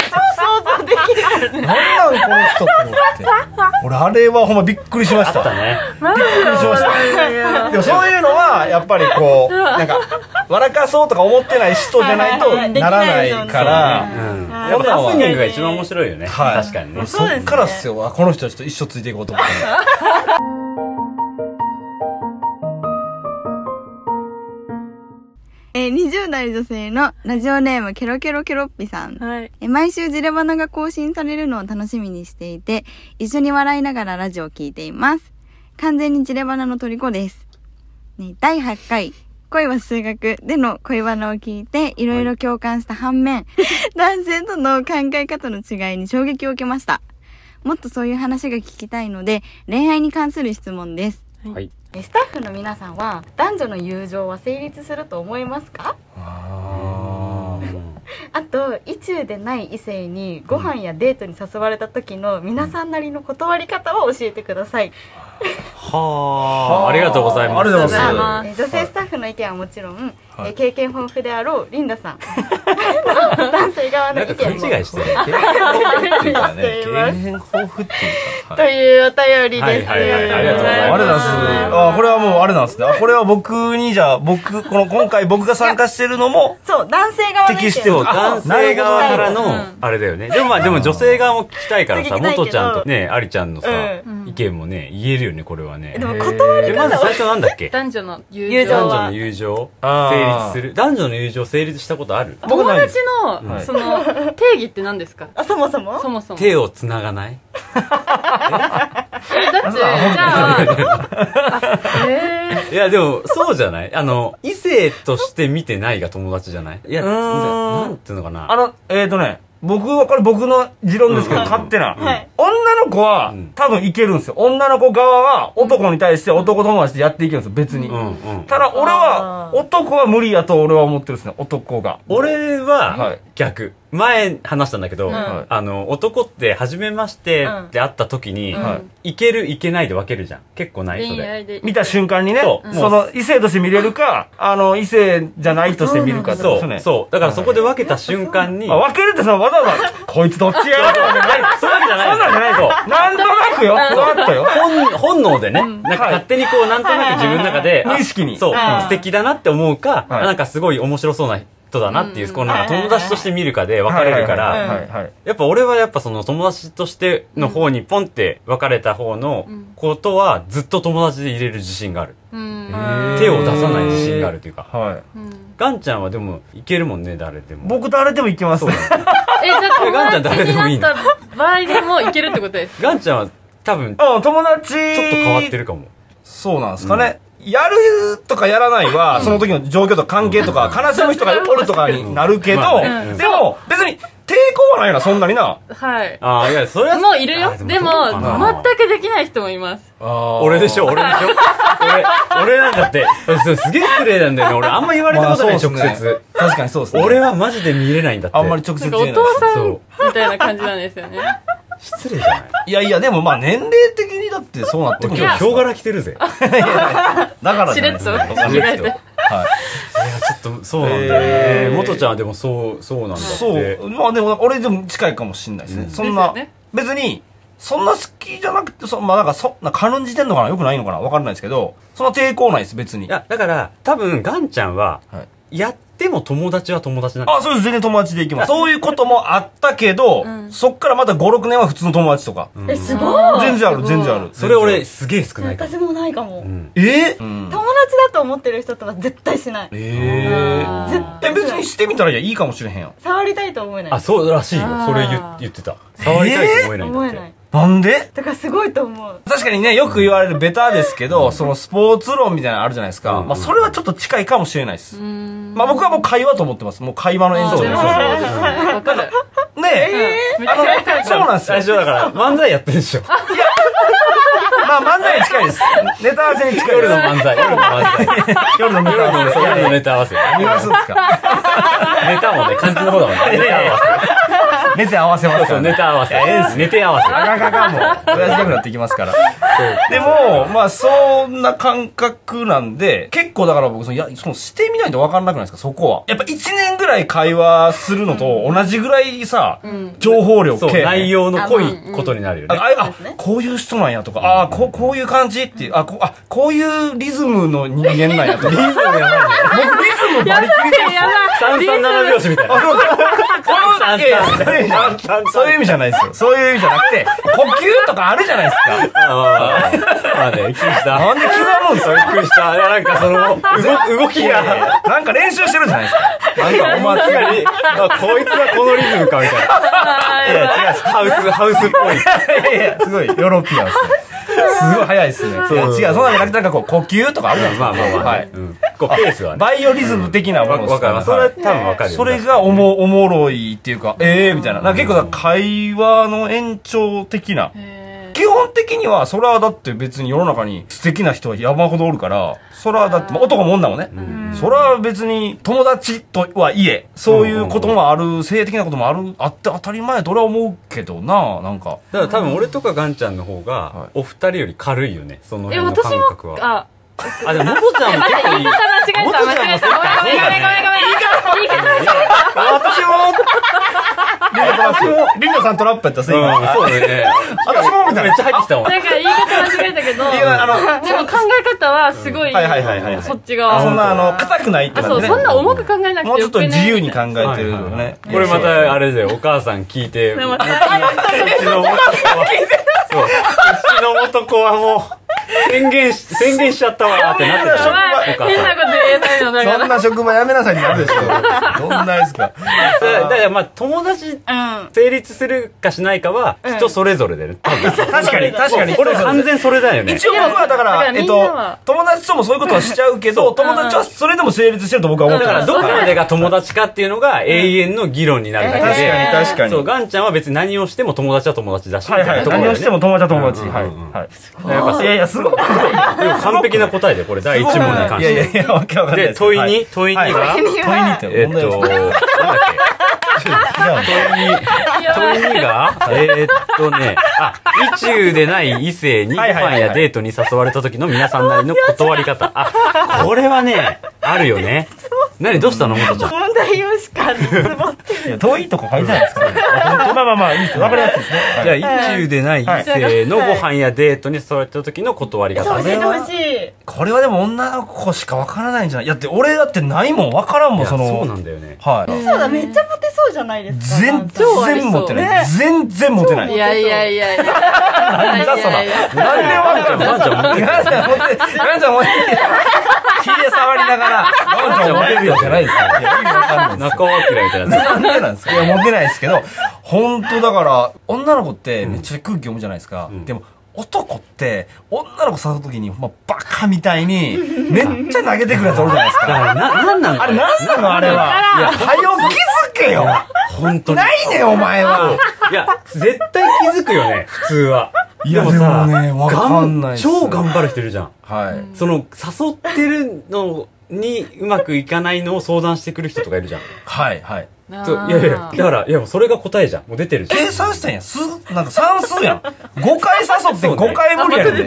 Speaker 4: 想像できるなんなんこの人って思って俺あれはほんまびっくりしまし
Speaker 1: あった
Speaker 4: た
Speaker 1: ね
Speaker 4: びっくりしました。 でもそういうのは、やっぱり こう、なんか、笑かそうとか思ってない人じゃないと
Speaker 2: はいはいはい
Speaker 4: ならないから、
Speaker 1: うん
Speaker 2: はい
Speaker 1: やっぱハプニングが一番面白いよね
Speaker 4: はい
Speaker 1: 確かにね
Speaker 4: そっからっすよ。あこの人はちょっと一生ついていこうと思って。
Speaker 6: えー、20代女性のラジオネームケロケロケロッピさん。
Speaker 2: はい
Speaker 6: えー毎週ジレバナが更新されるのを楽しみにしていて、一緒に笑いながらラジオを聞いています。完全にジレバナの虜です。ね、第8回、恋は数学での恋バナを聞いて、いろいろ共感した反面、男性との考え方の違いに衝撃を受けました。もっとそういう話が聞きたいので、恋愛に関する質問です。
Speaker 1: はい
Speaker 6: えスタッフの皆さんは男女の友情は成立すると思いますかあと意中でない異性にご飯やデートに誘われた時の皆さんなりの断り方を教えてください、
Speaker 1: はあありがとうございます
Speaker 4: ありがとうござい
Speaker 2: ます
Speaker 6: え女性スタッフの意見はもちろん、え経験豊富であろうリンダさん 男性側の
Speaker 1: な
Speaker 6: 意
Speaker 1: んか勘
Speaker 6: 見
Speaker 1: 違
Speaker 6: も
Speaker 1: いしてる
Speaker 4: っていうかね、
Speaker 6: していま
Speaker 4: 経
Speaker 6: す
Speaker 4: 験豊富っていうか。
Speaker 6: と
Speaker 4: はい
Speaker 6: いうお便りです、
Speaker 1: はいはいはいありがとうござい
Speaker 4: あ
Speaker 1: ま
Speaker 4: れなんす。あ、これはもうあれなんすね。あ、これは僕にじゃあ、僕、この今回僕が参加してるのも、
Speaker 2: そう男性側の意見
Speaker 4: 適して
Speaker 1: そう
Speaker 4: あ
Speaker 1: 男性側から
Speaker 4: なるほど
Speaker 1: のあれだよねでもまあでも女性側も聞きたいからさ
Speaker 2: 聞きたいけど
Speaker 1: 元ちゃんとねありちゃんのさ
Speaker 2: う
Speaker 1: 意見もね言えるよねこれはね
Speaker 2: でも断
Speaker 1: え
Speaker 2: り
Speaker 1: まず
Speaker 2: 方
Speaker 1: 最初なんだっけ
Speaker 3: 男女の友
Speaker 2: 友
Speaker 3: 情
Speaker 2: 情
Speaker 1: 男
Speaker 2: は
Speaker 1: 女の友情
Speaker 4: あー
Speaker 1: 成立する男女の友情成立したことある
Speaker 4: 僕
Speaker 3: 友
Speaker 4: ないで
Speaker 3: 達
Speaker 4: す。
Speaker 3: の、
Speaker 4: は い
Speaker 3: その定義って何ですか
Speaker 2: あそもそも
Speaker 3: そもそも
Speaker 1: 手をつながない
Speaker 3: だって、じゃあ、あえ
Speaker 1: いや、でも、そうじゃないあの、異性として見てないが友達じゃないいや、
Speaker 5: うーん
Speaker 1: なんていうのかな。
Speaker 5: あの、えーとね、僕は、これ僕の持論ですけど、
Speaker 1: うん
Speaker 5: 勝手な。
Speaker 2: はい
Speaker 5: 女の子は、
Speaker 1: うん
Speaker 5: 多分いけるんですよ。女の子側は、男に対して男友達でやっていけるんですよ、別に。
Speaker 1: うんうん。
Speaker 5: ただ、俺は
Speaker 3: あ、ー
Speaker 5: 男は無理やと俺は思ってるんですね、男が。
Speaker 1: 俺
Speaker 5: は
Speaker 1: はい逆。前話したんだけど、
Speaker 3: うん
Speaker 1: あの、男って初めましてって会った時に、
Speaker 3: うん
Speaker 1: いけるいけないで分けるじゃん。結構な
Speaker 3: ー
Speaker 1: いそ
Speaker 3: 恋
Speaker 1: れ。
Speaker 3: 愛で。
Speaker 5: 見た瞬間にね、
Speaker 1: そ
Speaker 5: そうの異性として見れるか、あの、異性じゃないとして見るかってこと
Speaker 1: そ
Speaker 5: で
Speaker 1: う、
Speaker 5: すよね。
Speaker 1: そう。だからそこで分けた瞬間に、
Speaker 5: まあ分けるってそのわざわ ざ、こいつどっちやとかじゃない。
Speaker 1: そういうわけじゃない
Speaker 5: そんなんじゃないと。なんとなくよ、ふわっとよ。
Speaker 1: 本 本能でね、なんか
Speaker 5: はい
Speaker 1: 勝手にこう、なんとなく自分の中で、
Speaker 5: 無意識に
Speaker 1: あそう、
Speaker 2: はい
Speaker 1: 素敵だなって思うか、
Speaker 5: はい
Speaker 1: なんかすごい面白そうな人だなっていう、
Speaker 3: うん
Speaker 1: このなんか
Speaker 2: はいはいは
Speaker 1: 友
Speaker 2: い
Speaker 1: 達として見るかで分かれるから、
Speaker 5: はいはいはい。
Speaker 1: やっぱ俺はやっぱその友達としての方にポンって分かれた方のことはずっと友達で入れる自信がある。
Speaker 3: うん。
Speaker 1: 手を出さない自信があるというか。
Speaker 5: はい。
Speaker 3: うん
Speaker 1: ガンちゃんはでもいけるもんね、誰でも。
Speaker 5: 僕誰でも行きます。
Speaker 3: え、じゃあ、
Speaker 1: ガンちゃん
Speaker 3: 友
Speaker 1: 誰で
Speaker 3: 達
Speaker 1: もいい
Speaker 3: に
Speaker 1: の
Speaker 3: なった場合でもいけるってことです。
Speaker 1: ガンちゃんは多分ちょ
Speaker 5: うん、友達。ちょ
Speaker 1: っと変わってるかも。
Speaker 4: そうなんですかね。やるとかやらないは、その時の状況とか関係とか、悲しむ人がおるとかになるけど
Speaker 1: まあねうん、
Speaker 4: でも、別に抵抗はないな、そんなにな。
Speaker 3: はい。
Speaker 1: ああ、いや、それは。
Speaker 3: もういるよ
Speaker 1: あ。
Speaker 3: で
Speaker 1: どう
Speaker 3: も、
Speaker 1: かな
Speaker 3: 全くできない人もいます。
Speaker 1: 俺でしょ、俺でしょ。俺、俺なんだって。そうすげえ失礼なんだよね。俺あんま言われたことない、
Speaker 4: まあそう
Speaker 1: 直
Speaker 4: っすね
Speaker 1: 接。
Speaker 4: 確かにそうですね。
Speaker 1: 俺はマジで見れないんだって。
Speaker 4: あんまり直
Speaker 3: な
Speaker 4: 接
Speaker 3: んか
Speaker 4: 言
Speaker 3: お
Speaker 4: えない。
Speaker 3: 父さん
Speaker 1: そ
Speaker 3: みたいな感じなんですよね。
Speaker 1: 失礼じゃない
Speaker 4: いやいや、でもまあ年齢的にだってそうなってく
Speaker 1: 俺
Speaker 4: る
Speaker 1: 今日、ヒョウ柄着てるぜ。
Speaker 4: だから
Speaker 3: し
Speaker 4: じゃ
Speaker 3: れっと
Speaker 4: ないですか
Speaker 3: 着替えて。
Speaker 4: はい。
Speaker 1: いや、ちょっと、そうなんだよ
Speaker 4: え
Speaker 1: ね。
Speaker 4: ー
Speaker 1: 元ちゃんはでもそう、そうなんだって。
Speaker 4: そう。まあでも、俺でも近いかもしんないですね。
Speaker 1: うん
Speaker 4: そんな、
Speaker 3: ですよね
Speaker 4: 別に、そんな好きじゃなくて、そまあなんか、そんな軽んじてんのかなよくないのかなわかんないですけど、そんな抵抗ないです、別に。
Speaker 1: いや、だから、多分、ガンちゃんは、
Speaker 4: はい
Speaker 1: やっても友達は友達なんだ。
Speaker 4: あ、そうです、全然友達で行きます。そういうこともあったけど、
Speaker 3: うん
Speaker 4: そっからまた5、6年は普通の友達とか。
Speaker 1: うん
Speaker 2: え、すごい。
Speaker 4: 全然ある、全然ある。
Speaker 1: それ俺、すげえ少ないから。
Speaker 2: 私もないか
Speaker 1: う
Speaker 2: も。
Speaker 1: ん。
Speaker 4: えうん
Speaker 2: 友達だと思ってる人とは絶対しない。
Speaker 4: えー
Speaker 3: あ
Speaker 2: 絶
Speaker 4: え、
Speaker 2: 対
Speaker 4: 別にしてみたらいやいいかもしれへんよ。
Speaker 2: 触りたいと思えな
Speaker 1: あ、
Speaker 2: い。
Speaker 1: そうらしいよ
Speaker 3: あ。ー
Speaker 1: それ言言ってた。触りたいと思えないんだっ
Speaker 2: 思え
Speaker 1: て。
Speaker 2: ない。
Speaker 4: なんで
Speaker 2: だからすごいと思う。
Speaker 4: 確かにね、よく言われるベタですけど、そのスポーツ論みたいなのあるじゃないですか。
Speaker 1: うん
Speaker 4: まあ、それはちょっと近いかもしれないです。
Speaker 3: うん。
Speaker 4: まあ、僕はもう会話と思ってます。もう会話の延長
Speaker 1: そう
Speaker 4: で
Speaker 1: ね、
Speaker 4: す
Speaker 1: そうね。
Speaker 3: わかる。
Speaker 4: ね
Speaker 3: うんめっち
Speaker 4: あ
Speaker 3: ゃわかる
Speaker 4: の、そうなんですよ
Speaker 1: 最。初だから、漫才やってるで しょ。
Speaker 4: まあ、漫才に近いです。ネタ合わせに近いで
Speaker 1: 夜
Speaker 4: す
Speaker 1: の。漫才、夜の漫才。
Speaker 4: 夜のネ
Speaker 1: 夜
Speaker 4: タ合
Speaker 1: の
Speaker 4: わせ。
Speaker 1: 夜のネタ合わせ。
Speaker 4: 見ますんですか
Speaker 1: ネタもね、 漢字の方だもんね。ネタ合わ
Speaker 4: ネタ合わせま
Speaker 1: せ。そ
Speaker 4: す
Speaker 1: うそう、
Speaker 4: から
Speaker 1: ネ
Speaker 4: ね。
Speaker 1: タ合わせ。寝て合わせ。
Speaker 4: あかんあかんあかんもう。親父くなってきますから。でも、まあ、そんな感覚なんで、結構だから僕、その、いや、その、してみないと分かんなくないですか、そこは。やっぱ1年ぐらい会話するのと同じぐらいさ、
Speaker 3: ん
Speaker 4: 情報量
Speaker 1: そう、
Speaker 4: 系
Speaker 1: 内容の濃いことになるよ
Speaker 4: あ
Speaker 1: ね。
Speaker 4: ああこういう人なんやとか、ああこうこういう感じっていうあこうあこういうリズムの人間なんやとか リズムやばい僕リズムバリキリです
Speaker 3: やばい。
Speaker 1: 三三七拍子みたいな。
Speaker 4: あそういやいやそういう意味じゃないそういう意味じゃないですよそういう意味じゃなくて呼吸とかあるじゃないですか
Speaker 1: ああああああね、びっくりした。
Speaker 4: なんで刻むんですか
Speaker 1: びっくりした。いや、なんか その、動動きが、
Speaker 4: なんか練習してるじゃないですかなんかお
Speaker 1: 確
Speaker 4: 祭り
Speaker 1: かに、あ、こいつはこのリズムか、みたいな。
Speaker 3: はいはい
Speaker 1: ハウ ス、ハウスっぽい。
Speaker 4: いやいやすごいヨーロピアンですねすごい早いですねそう違うそんなんじゃなくてなんかこう呼吸とかあるじゃないです
Speaker 1: ま
Speaker 4: か
Speaker 1: あまあまあ、
Speaker 4: はい
Speaker 1: うんこう、ペースはね。
Speaker 4: バイオリズム的なも
Speaker 1: わ
Speaker 4: のです
Speaker 1: わかる。それは多分わかるよ。
Speaker 4: それがおもおもろいっていうか、ええみたいな。なんか結構だから会話の延長的な。
Speaker 3: へー
Speaker 4: 基本的には、それはだって別に世の中に素敵な人は山ほどおるから、それはだって、まあ男も女もね、それは別に友達とはいえ、そういうこともある、性的なこともある、あって当たり前と俺は思うけどな、なんか。
Speaker 1: だから多分俺とかガンちゃんの方が
Speaker 4: はい、
Speaker 1: お二人より軽いよね、その
Speaker 3: え、
Speaker 1: 辺の
Speaker 3: 私
Speaker 1: 感覚
Speaker 3: も、
Speaker 1: は。
Speaker 3: あ、
Speaker 1: あ、でも元ちゃんも結構いい。
Speaker 3: 間違えた、間違えた。ごめんごめんごめんごめん。言い方間違え
Speaker 4: 私も私も、リンダさんトラップやったらすいません。
Speaker 1: うん、そうだね。
Speaker 4: 私もみた い
Speaker 1: めっ
Speaker 4: な。
Speaker 1: ちゃ入ってきたもん
Speaker 3: た。。なんか言い方間違えたけど、
Speaker 4: いやあの、
Speaker 3: でも考え方はすごい、
Speaker 4: はいはいはいはいはい
Speaker 3: そっち
Speaker 4: あ
Speaker 3: 側。
Speaker 4: そんな、あの、硬くないって
Speaker 3: あ、
Speaker 4: 感
Speaker 3: そう、
Speaker 4: じね
Speaker 3: そんな重く考えなくて
Speaker 4: もうちょっと
Speaker 3: よくね
Speaker 4: 自由に考えて
Speaker 1: はい
Speaker 4: るよ
Speaker 1: はいはい
Speaker 4: ね。
Speaker 1: これまたあれだよお母さん聞いてうちのうちの元子はそううちの元子はもう宣言し、宣言しちゃったわーってなって
Speaker 3: やばい
Speaker 1: た。お母
Speaker 3: 変
Speaker 1: さん。
Speaker 3: なこと言えないのだか
Speaker 4: そん
Speaker 3: ら
Speaker 4: な職場やめなさいになるでしょ。どんなですか。
Speaker 1: それだからまあ友達
Speaker 2: うん。
Speaker 1: 成立するかしないかは
Speaker 2: うん
Speaker 1: 人それぞれでね。多分
Speaker 4: 確かに、確かに。
Speaker 1: これ完全それだよね。
Speaker 5: 一応僕はだか
Speaker 3: い
Speaker 5: ら、
Speaker 3: やだから
Speaker 5: えっ
Speaker 3: みんな
Speaker 5: と
Speaker 3: は、
Speaker 5: 友達ともそういうことはしちゃうけど、友達はそれでも成立してると僕は思って
Speaker 1: だか
Speaker 5: ま
Speaker 1: ら
Speaker 5: す。
Speaker 1: どこまでが友達かっていうのが永遠の議論になるだ
Speaker 4: 確
Speaker 1: けで。
Speaker 4: かに、確かに。
Speaker 1: そう、ガンちゃんは別に何をしても友達は友達だし、み
Speaker 5: は
Speaker 1: た
Speaker 5: い
Speaker 1: い
Speaker 5: は。
Speaker 1: ないところ
Speaker 5: 何
Speaker 1: だよ
Speaker 5: を
Speaker 1: ね
Speaker 5: しても友達は友達。
Speaker 1: うんうん
Speaker 5: はい。
Speaker 1: うんうん
Speaker 5: はい。やっぱいやいや、すごい。
Speaker 1: でも完璧な答えで、これ第1問に関
Speaker 5: い
Speaker 1: し
Speaker 5: やいや
Speaker 1: て。
Speaker 5: いや、わけわかんない
Speaker 1: で、
Speaker 5: すけど
Speaker 1: 問い
Speaker 5: は
Speaker 1: に、問いには、
Speaker 4: 問いにって
Speaker 1: えっ
Speaker 4: 問題
Speaker 1: と、
Speaker 4: です
Speaker 1: なんだっけ問いに、問いにが、えーっとね、あ、意中でない異性にご
Speaker 5: はいはいは
Speaker 1: 飯
Speaker 5: いはい
Speaker 1: やデートに誘われた時の皆さんなりの断り方。あ、これはね、あるよね。何どうしたのもとちゃん。
Speaker 2: 問題用紙か、つぼってる。
Speaker 5: いや遠いとこ書いてないですかね。 まあまあまあ、いいですよ。わかりやすいですね。
Speaker 1: じゃあ、
Speaker 5: はい
Speaker 1: 意中でない異性のご飯やデートに誘われた時の断り
Speaker 2: そう、
Speaker 1: 方
Speaker 2: 教。えてほしい。
Speaker 4: これはでも女の子しかわからないんじゃない。いやだって、俺だってないもん、わから
Speaker 1: い
Speaker 4: んもん、
Speaker 1: や
Speaker 4: そ
Speaker 1: そ
Speaker 4: の。
Speaker 1: うなんだよね。
Speaker 4: はい。
Speaker 2: そうだ、めっちゃモテそうじゃないですか。
Speaker 4: 全
Speaker 3: 超ありそう
Speaker 4: 然モテない。全然モテない
Speaker 3: い。やいやいやいや
Speaker 5: なんだそら。
Speaker 3: いやいやいや
Speaker 5: なんでワンちゃん、ワンちゃん、
Speaker 4: ガンちゃんモテる。ガンちゃんモテる。ひで触りながら、ガンちゃんモテるよじゃないですよ。いや、意味わかんないです
Speaker 1: 中尾明みたいなやつ。
Speaker 4: よ。なんでなんですかいや、モテないですけど、本当だから、女の子ってめっちゃ空気読むじゃないですか。
Speaker 1: ん
Speaker 4: でも、男って、女の子誘うときに、ほんまバカみたいに、めっちゃ投げてくるやつおるじゃないで
Speaker 1: だ
Speaker 4: す
Speaker 1: か
Speaker 4: か。
Speaker 1: ら、な、なんなの
Speaker 4: あれ、なんなのあれは。いや、はよ気づけよ。
Speaker 1: 本当に。
Speaker 4: ないねん、お前は。
Speaker 1: いや、絶対気づくよね、普通は。
Speaker 4: いやでもねわかんないっす
Speaker 1: 超頑張る人いるじゃん。
Speaker 4: はい。
Speaker 1: その、誘ってるのにうまくいかないのを相談してくる人とかいるじゃん。
Speaker 4: はい、はい。
Speaker 1: そういやいや、だから、いやもうそれが答えじゃん。もう出てるじゃん。
Speaker 4: 計算したんや。す、なんか算数やん。5回誘って
Speaker 1: そうね
Speaker 4: 5回無理やん、ね。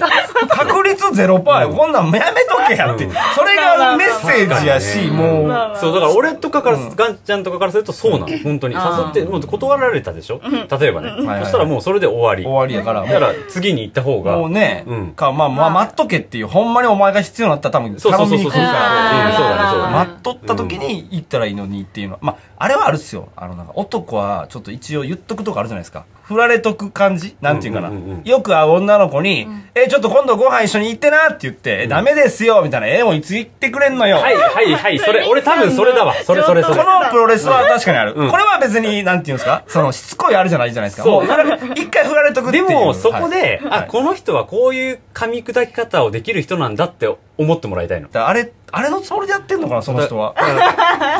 Speaker 4: 確率0%パーや。こんなんやめとけやって。
Speaker 1: うん
Speaker 4: それがメッセージやし、
Speaker 1: うん
Speaker 4: もう。
Speaker 2: まあまあ
Speaker 1: そう、だから俺とかから、ガンちゃんとかからするとそうなの。本当に。誘って、もう断られたでしょ例えばね。
Speaker 4: はいはい
Speaker 1: そしたらもうそれで終わり。
Speaker 4: 終わりやから。
Speaker 1: だから次に行った方が。
Speaker 4: もうね、
Speaker 1: うん
Speaker 4: か、まあまあ、待っとけっていう、ほんまにお前が必要になったら多分、
Speaker 1: そうそうそうそう。そ
Speaker 4: 頼みに
Speaker 1: うそううん
Speaker 4: 来る
Speaker 1: そう
Speaker 4: から。
Speaker 1: だね、そうだね。
Speaker 4: 待っとった時に行ったらいいのにっていうのは、まあ、あれはあるっすよ。あの、なんか男はちょっと一応言っとくとこあるじゃないですか。振られとく感じなんていうかな。
Speaker 1: うんうんうんうん
Speaker 4: よく会う女の子に、え、ちょっと今度ご飯一緒に行ってなって言って、え、ダメですよみたいな、え、もういつ行ってくれんのよ。
Speaker 1: はいはいはい、それ、俺多分それだわ。それそれそ
Speaker 4: こ
Speaker 1: れ。
Speaker 4: のプロレスは確かにある。
Speaker 1: うん
Speaker 4: これは別に、なんていうんですかその、しつこいあるじゃないじゃないですか。
Speaker 1: そう
Speaker 4: も振られ一回振られとくってい
Speaker 1: で
Speaker 4: う。
Speaker 1: も、そこ
Speaker 4: はい
Speaker 1: で、あ、この人はこういう噛み砕き方をできる人なんだって思ってもらいたいの。
Speaker 4: だからあれ、あれのつもりでやってんのかな、その人は。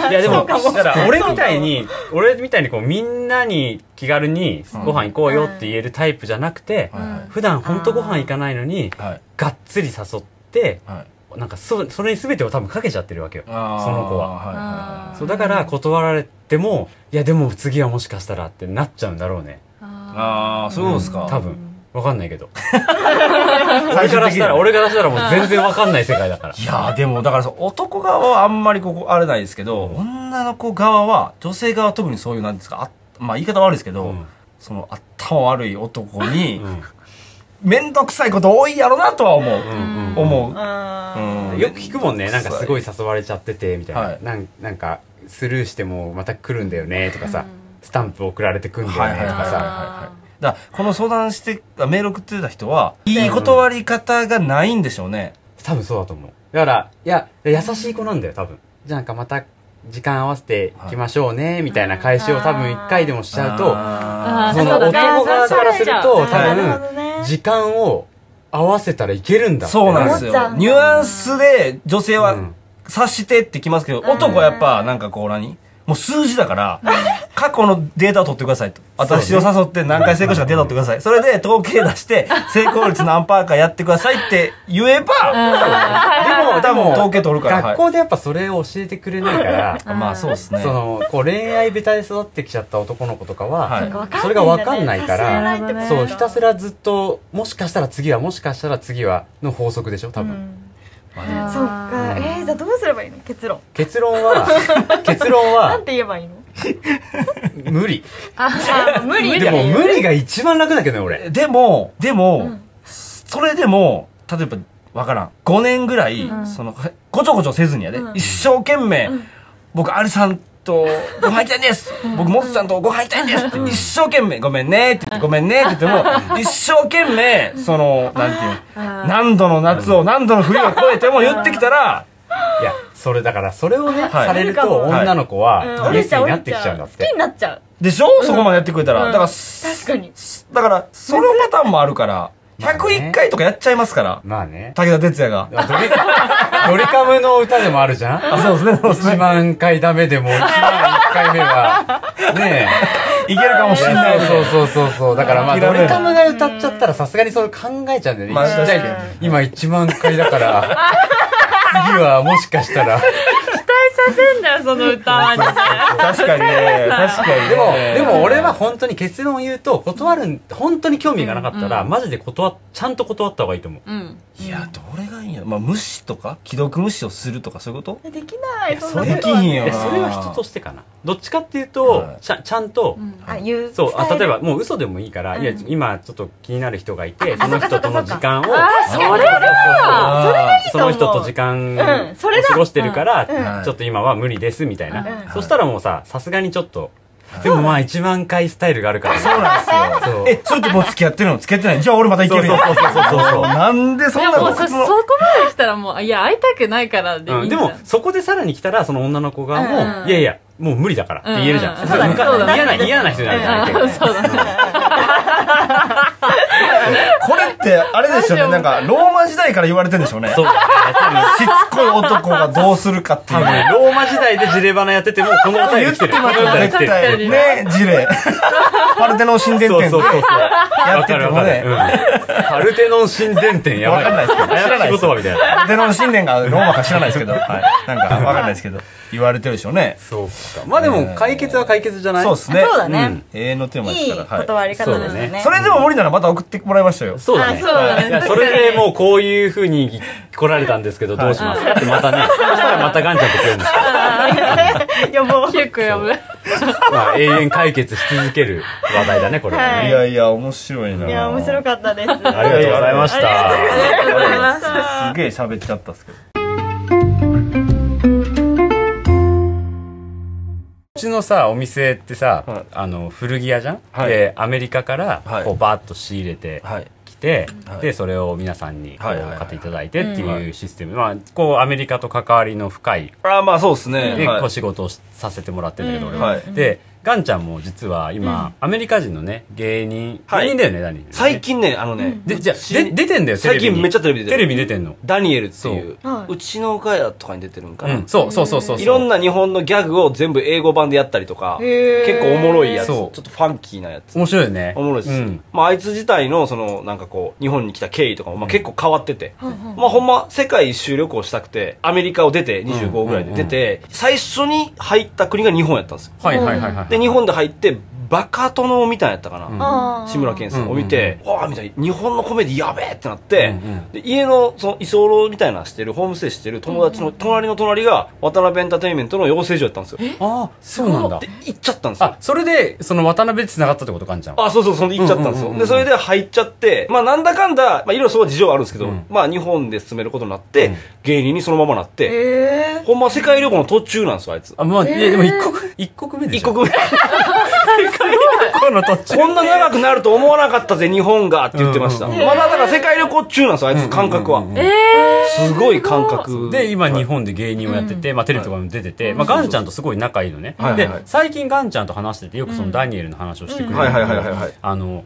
Speaker 1: いや、でも、だから俺みたいに、俺みたいにこう、みんなに気軽にご飯行こうよって言えるタイプじゃなくて、
Speaker 4: はいはい
Speaker 1: 普段ほんとご飯行かないのに、
Speaker 4: はい。
Speaker 1: がっつり誘って、
Speaker 4: はい。
Speaker 1: なんかそ、それに全てを多分かけちゃってるわけよ。そ
Speaker 4: あー
Speaker 1: の子は。
Speaker 4: はいはいはい。
Speaker 1: そう、だから断られても、いや、でも次はもしかしたらってなっちゃうんだろうね。
Speaker 4: ああ、そうですか。
Speaker 1: 多分。わかんないけ ど。俺からしたら、俺からしたらもう全然わかんない世界だから。
Speaker 4: いやーでもだからそう男側はあんまりここあれないですけど、女の子側は女性側は特にそういうなんですかあまあ言い方悪いですけど、
Speaker 1: うん
Speaker 4: その頭悪い男に
Speaker 1: うん
Speaker 4: 面倒、くさいこと多いやろなとは思う、
Speaker 1: うんうん
Speaker 4: 思う、
Speaker 2: あ
Speaker 4: うん
Speaker 1: よく聞くもんねなんかすごい誘われちゃっててみたいな、
Speaker 4: はい
Speaker 1: なんなんかスルーしてもまた来るんだよねとかさ、スタンプ送られてくんだよ
Speaker 4: はいはい
Speaker 1: ね
Speaker 4: はい
Speaker 1: と
Speaker 4: はい
Speaker 1: か
Speaker 4: はい
Speaker 1: さ、
Speaker 4: はいだからこの相談してメール送ってた人はいい断り方がないんでしょうね、
Speaker 1: 多分そうだと思うだからいや優しい子なんだよ多分じゃあなんかまた時間合わせていきましょうねみたいな返しを多分一回でもしちゃうと、
Speaker 4: あー
Speaker 3: ー
Speaker 1: その
Speaker 3: そうだ
Speaker 1: 男
Speaker 3: ね
Speaker 1: 側からすると
Speaker 3: そう
Speaker 1: 多
Speaker 3: だね
Speaker 2: ーなる
Speaker 1: 分
Speaker 2: ほどね。
Speaker 1: 時間を合わせたらいけるんだって
Speaker 4: そうなんです
Speaker 2: 思っちゃう
Speaker 4: よ
Speaker 2: んだ
Speaker 4: ニュアンスで女性
Speaker 1: う
Speaker 4: は
Speaker 1: ん
Speaker 4: 察してってきますけど、男はやっぱなんかこう何もう数字だから、過去のデータを取ってくださいと。私を誘って何回成功したかデータを取ってください。それで統計 出して、成功率何パーかやってくださいって言えば、
Speaker 1: でも
Speaker 4: 多
Speaker 1: 多
Speaker 4: 分
Speaker 1: 分
Speaker 4: 統計取るから。
Speaker 1: 学校でやっぱそれを教えてくれないから
Speaker 4: はい、まあそうですね。
Speaker 1: そのこう恋愛ベタで育ってきちゃった男の子とかは、
Speaker 4: はい
Speaker 1: それが分かんないから
Speaker 2: そうか
Speaker 1: そうひたすらずっともしかしたら次はもしかしたら次はの法則でしょ多分、
Speaker 2: らそっかえー、じゃあどうすればいいの結論
Speaker 1: 結論 は結論
Speaker 2: な
Speaker 1: は
Speaker 2: んて言えばいいの
Speaker 1: 無理
Speaker 2: 無理
Speaker 1: でも無理が一番楽だけどね俺
Speaker 4: でも、でも、それでも、例えば、わからん。5年ぐらい、その、ごちょごちょせずにやで、一生懸命、僕、アリさんと、ご飯行きたいです僕、もつさんとご飯行きたいんですって一生懸命、ごめんねって言って、ごめんねって言っても、一生懸命、その、なんていうの何度の夏を何度の冬を越えても言ってきたら、
Speaker 1: いや、それだから、それをね、
Speaker 4: はい
Speaker 1: されると、
Speaker 4: はい
Speaker 1: 女の子は、
Speaker 2: 折
Speaker 1: ゲ
Speaker 2: れ
Speaker 1: ス
Speaker 2: ちゃう
Speaker 1: に
Speaker 2: 折
Speaker 1: なっ
Speaker 2: れち
Speaker 1: てきちゃ
Speaker 2: ゃ
Speaker 1: う
Speaker 2: うん
Speaker 1: だ
Speaker 2: 好
Speaker 1: っ
Speaker 2: き
Speaker 1: て。
Speaker 2: になっちゃう
Speaker 4: でしょそこまでやってくれたら。だから、
Speaker 2: 確かに
Speaker 4: だから、そのパターンもあるから、
Speaker 1: まあね
Speaker 4: 101回とかやっちゃいますから、
Speaker 1: まあね。
Speaker 4: 武田鉄矢が。
Speaker 1: ドリドリカムの歌でもあるじゃんあ、そうですね。1万回ダメでも、1万1回目は、ね
Speaker 4: いけるかもしれない。
Speaker 1: え。そうそうそうそう。だからまあ、
Speaker 4: 諦
Speaker 1: ド
Speaker 4: めない
Speaker 1: リカムが歌っちゃったら、さすがにそれ考えちゃうんだよね。
Speaker 4: まあ
Speaker 1: 一時代
Speaker 4: 確か
Speaker 1: 今1万回だから、次はもしかしたら。
Speaker 3: させんだよ、その歌は。
Speaker 4: 確かにね、確かにね。
Speaker 1: でも、でも俺は本当に結論を言うと、断るん、本当に興味がなかったら、マジで断っ、ちゃんと断った方がいいと思う。
Speaker 3: うん。
Speaker 4: いや、どれがいいんや。まあ、無視とか既読無視をするとか、そういうこと
Speaker 2: できないそん
Speaker 1: そ
Speaker 2: な
Speaker 1: れ
Speaker 4: で
Speaker 2: こ
Speaker 4: き
Speaker 2: と
Speaker 4: ひ
Speaker 2: は
Speaker 4: んよ
Speaker 1: いや
Speaker 4: な。
Speaker 1: それは人としてかな。どっちかっていうと、
Speaker 4: はい
Speaker 1: ちゃちゃんと、
Speaker 2: あ言う
Speaker 1: そうあ
Speaker 2: 伝
Speaker 1: 例え
Speaker 2: る
Speaker 1: ばもう嘘でもいいから、いや今ちょっと気になる人がいて
Speaker 2: あ
Speaker 1: その
Speaker 2: そ
Speaker 1: 人
Speaker 2: っ
Speaker 1: と
Speaker 2: かそ
Speaker 1: の
Speaker 2: っか
Speaker 1: 時間を
Speaker 2: それ
Speaker 1: だ
Speaker 4: それがい
Speaker 1: その人と時間
Speaker 2: う
Speaker 1: を
Speaker 2: んそれだ
Speaker 1: 過ごしてるから、
Speaker 4: うん
Speaker 1: ちょっと今は無理ですみたい
Speaker 2: うん
Speaker 1: な、
Speaker 4: うん
Speaker 1: そしたらもうささすがにちょっと、でもまあ1万回スタイルがあるから
Speaker 4: そうなんですよ。
Speaker 1: そう
Speaker 4: え、それってもう付き合ってるの付き合ってないじゃあ俺またいけるよ。
Speaker 1: そうそうそうそうそう
Speaker 4: なんでそん
Speaker 3: い
Speaker 4: な
Speaker 3: や、もう
Speaker 4: こ
Speaker 3: そ、そ
Speaker 4: と
Speaker 3: こまで来たらもう、いや、会いたくないからでいい
Speaker 1: うんん、
Speaker 3: じ
Speaker 1: で
Speaker 3: ゃん
Speaker 1: も、そこでさらに来たら、その女の子側も、
Speaker 3: うん
Speaker 1: いやいや、もう無理だからって言えるじゃん。
Speaker 3: うん
Speaker 1: それ
Speaker 3: うん
Speaker 1: 向か
Speaker 3: そうだね
Speaker 1: 嫌な、嫌な人じゃないじゃん相手
Speaker 3: うん
Speaker 1: が。
Speaker 3: そうだね。
Speaker 4: これって、あれでしょうね。なんか、ローマ時代から言われてんでしょうね。し
Speaker 1: そうだね。多分
Speaker 4: つこい男がどうするかってい
Speaker 1: 多
Speaker 4: う。
Speaker 1: 分、ローマ時代でジレバナやってても、この歌
Speaker 4: 言
Speaker 1: に
Speaker 4: っ
Speaker 1: 来て
Speaker 4: て
Speaker 1: る。
Speaker 4: ます
Speaker 1: この歌
Speaker 4: よ、
Speaker 1: に来
Speaker 4: 絶
Speaker 1: てる
Speaker 4: 対。ね、事例。パルテノン神殿
Speaker 1: そう
Speaker 4: 店
Speaker 1: そうそうそう。
Speaker 4: や
Speaker 1: わ
Speaker 4: って
Speaker 1: か
Speaker 4: て
Speaker 1: るわ
Speaker 4: も
Speaker 1: かる。
Speaker 4: ね、
Speaker 1: うん。パルテノン神殿店やばい。
Speaker 4: わかんないですけど知らない
Speaker 1: 怪
Speaker 4: で
Speaker 1: し
Speaker 4: す
Speaker 1: い言葉みたいな。
Speaker 4: パルテノン神殿がローマか知らないですけど、はい。なんか、わかんないですけど、 言われてるでしょうね。
Speaker 1: そうか。まあでも、解決は解決じゃない
Speaker 4: そうですね。
Speaker 2: そうだ
Speaker 1: うん
Speaker 2: ね
Speaker 4: 永遠のテーマで
Speaker 2: い
Speaker 4: す
Speaker 2: い
Speaker 4: から。はい
Speaker 2: 断り方です
Speaker 1: そうだ
Speaker 2: ね
Speaker 4: それでも無理ならまた送ってもらいましたよ。
Speaker 1: そうだね。
Speaker 3: あそうだね
Speaker 1: いやそれでもうこういう風に来られたんですけど、どうしますかってまたね、そしたらまたガンちゃんと来るんですよ。
Speaker 2: 予防
Speaker 3: 結構やばい。
Speaker 1: まあ、永遠解決し続ける話題だね、これはね。
Speaker 2: はい
Speaker 4: いやいや、面白いな。
Speaker 2: いや面白かったです
Speaker 1: ありがとうございました。
Speaker 4: すげえ喋っちゃったっすけど。
Speaker 1: うちのさ、お店ってさ、あの、古着屋じゃん、
Speaker 4: はい
Speaker 1: で、アメリカから
Speaker 4: はい、
Speaker 1: こう、バーッと仕入れて
Speaker 4: はい。
Speaker 1: きて、
Speaker 4: はい
Speaker 1: で、それを皆さんにこう
Speaker 4: はいはいはい
Speaker 1: 買っていただいてっていうシステム。まあ、こう、アメリカと関わりの深い、
Speaker 4: ああ、まあそうですね。
Speaker 1: で、
Speaker 4: はい
Speaker 1: こう、仕事をしさせてもらってんだけど、俺は。
Speaker 4: はい
Speaker 1: で、ガンちゃんも実は今、アメリカ人のね、芸人、
Speaker 4: はい
Speaker 1: 芸人だよね、何
Speaker 7: 最。近ね、あのね、
Speaker 1: で、じゃあで出てんだよ、テレビ
Speaker 7: 最
Speaker 1: に
Speaker 7: 近めっちゃテレビ出て
Speaker 1: テ
Speaker 7: る。
Speaker 1: レビ出てんの。
Speaker 7: ダニエルっていう、
Speaker 2: そうはいう
Speaker 7: ちのガヤとかに出てるんか
Speaker 1: う
Speaker 7: な。
Speaker 1: ん、そうそうそうそうそう。
Speaker 7: いろんな日本のギャグを全部英語版でやったりとか、
Speaker 2: へー
Speaker 7: 結構おもろいやつ、ちょ
Speaker 1: そ
Speaker 7: っ
Speaker 1: う
Speaker 7: とファンキーなやつ。
Speaker 1: 面白いよね。
Speaker 7: おもろいです。
Speaker 1: うん。
Speaker 7: まあ、あいつ自体の、その、なんかこう、日本に来た経緯とかも、まあ、結構変わってて、まあ、ほんま、世界一周旅行したくて、アメリカを出て、25ぐらいで出て、最初に入った国が日本やったんですよ。
Speaker 1: はいはいはいはい。
Speaker 7: で、日本で入って、バカ殿みたいなやったかな。
Speaker 2: あー
Speaker 7: 志村けんさんを見て、わあみたいな日本のコメディやべえってなって、
Speaker 1: うんうん
Speaker 7: で家のその居候みたいなのしてるホームステイしてる友達の隣の隣が渡辺エンターテインメントの養成所やったんですよで
Speaker 1: ああ、そうなんだ。
Speaker 7: 行っちゃったんですよ
Speaker 1: あ、それで、その渡辺で繋がったってことかんちゃんは。
Speaker 7: あ、そうそう、そんで行っちゃったんですよ。で、それで入っちゃって、まあなんだかんだ、まあいろいろそういう事情はあるんですけど、まあ日本で進めることになって、芸人にそのままなって、
Speaker 2: え
Speaker 7: ほんま世界旅行の途中なんですよ、あいつ。
Speaker 1: あ、まあ、いや、でも一国、一国目で
Speaker 7: 一
Speaker 1: しょ。
Speaker 7: 国目。
Speaker 1: 国の途中。
Speaker 7: こんな長くなると思わなかったぜ、日本がって言ってました。まだだから世界旅行中なんですよ、あいつ感覚は。すごい感覚。
Speaker 1: で、今日本で芸人をやってて、まあテレビとかにも出てて、まあガンちゃんとすごい仲いいのね
Speaker 4: はい。はい
Speaker 1: で
Speaker 4: はい、
Speaker 1: 最近ガンちゃんと話してて、よくそのダニエルの話をしてくれるん
Speaker 4: はい
Speaker 1: だ
Speaker 4: はい
Speaker 1: け
Speaker 4: はい
Speaker 1: ど
Speaker 4: はいはい。
Speaker 1: あの、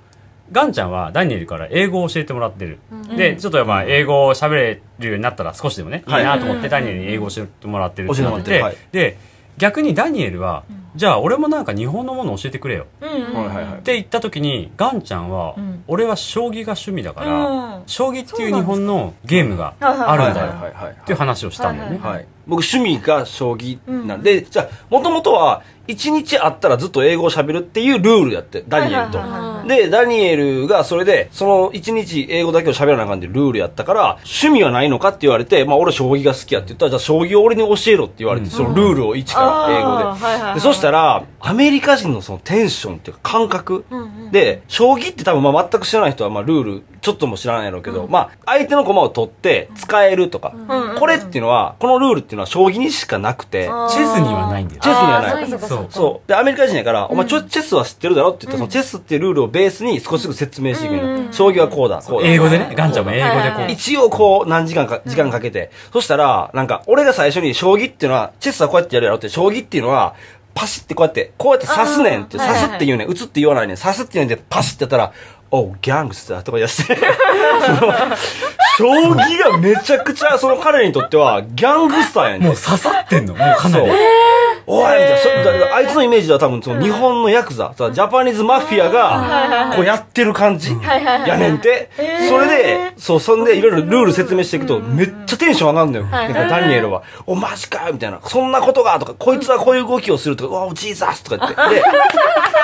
Speaker 1: ガンちゃんはダニエルから英語を教えてもらってる。で、ちょっとまあ英語を喋れるようになったら少しでもね、いい
Speaker 7: はい
Speaker 1: なと思ってダニエルに英語を教えてもらってるってなっ、
Speaker 7: 教えてもらって
Speaker 1: で、逆にダニエルは、じゃあ俺もなんか日本のもの教えてくれよ。
Speaker 2: ーうん
Speaker 4: はいはいはい
Speaker 1: っ。て言った時にガンちゃんは、
Speaker 2: ん
Speaker 1: 俺は将棋が趣味だから、
Speaker 2: うん
Speaker 1: 将棋っていう日本のゲームがあ
Speaker 4: はい
Speaker 1: るん
Speaker 4: はい
Speaker 1: だ
Speaker 4: は
Speaker 1: よ
Speaker 4: いはい。
Speaker 1: っていう話をしたんだよね、
Speaker 2: は
Speaker 4: はい。
Speaker 7: 僕趣味が将棋なんで、じゃあ、もともとは、一日あったらずっと英語を喋るっていうルールやって、ダニエルと
Speaker 2: はいはいはいは。
Speaker 4: で、ダニエルがそれで、その1日英語だけを喋らなあかんでルールやったから、趣味はないのかって言われて、まあ俺将棋が好きやって言ったら、じゃあ将棋を俺に教えろって言われて、そのルールを一から英語で。
Speaker 2: あーはいはいはい
Speaker 4: でそしたら、アメリカ人のそのテンションっていうか感覚、で、将棋って多分まあ全く知らない人は、まあルール、ちょっとも知らないやろうけど、まあ相手の駒を取って使えるとか、これっていうのは、このルールっていうのは将棋にしかなくて、
Speaker 1: チェスにはないんだよ
Speaker 4: チェスにはない。
Speaker 2: あーそうか
Speaker 1: そう
Speaker 4: そう。で、アメリカ人やから、お前ちょ、チェスは知ってるだろって言ったら、そのチェスっていうルールをベースに少しずつ説明していくのよ将棋はこうだ、こうだ。
Speaker 1: 英語でねガンちゃんも英語でこ
Speaker 2: は
Speaker 1: う
Speaker 4: 一応こう、何時間か、時間かけて。そしたら、なんか、俺が最初に将棋っていうのは、チェスはこうやってやるやろって、将棋っていうのは、パシってこうやって、こうやって刺すねんって、
Speaker 2: あー
Speaker 4: 刺すって言うねん、打つって言わないねん、刺すって言うねんで、パシってやったら、おう、ギャングスだとか言い出して。 その将棋がめちゃくちゃ、その彼にとっては、ギャングスターやねん。
Speaker 1: もう刺さってんのもうかなり
Speaker 4: おいみたいなそれだからあいつのイメージでは多分その日本のヤクザ、さジャパニーズマフィアが、こうやってる感じやねんて。それで、そう、そんでいろいろルール説明していくと、めっちゃテンション上がるのよ。なんかダニエルは、お、マジかよみたいな。そんなことがとか、こいつはこういう動きをするとか、うわ、ジーザスとか言って。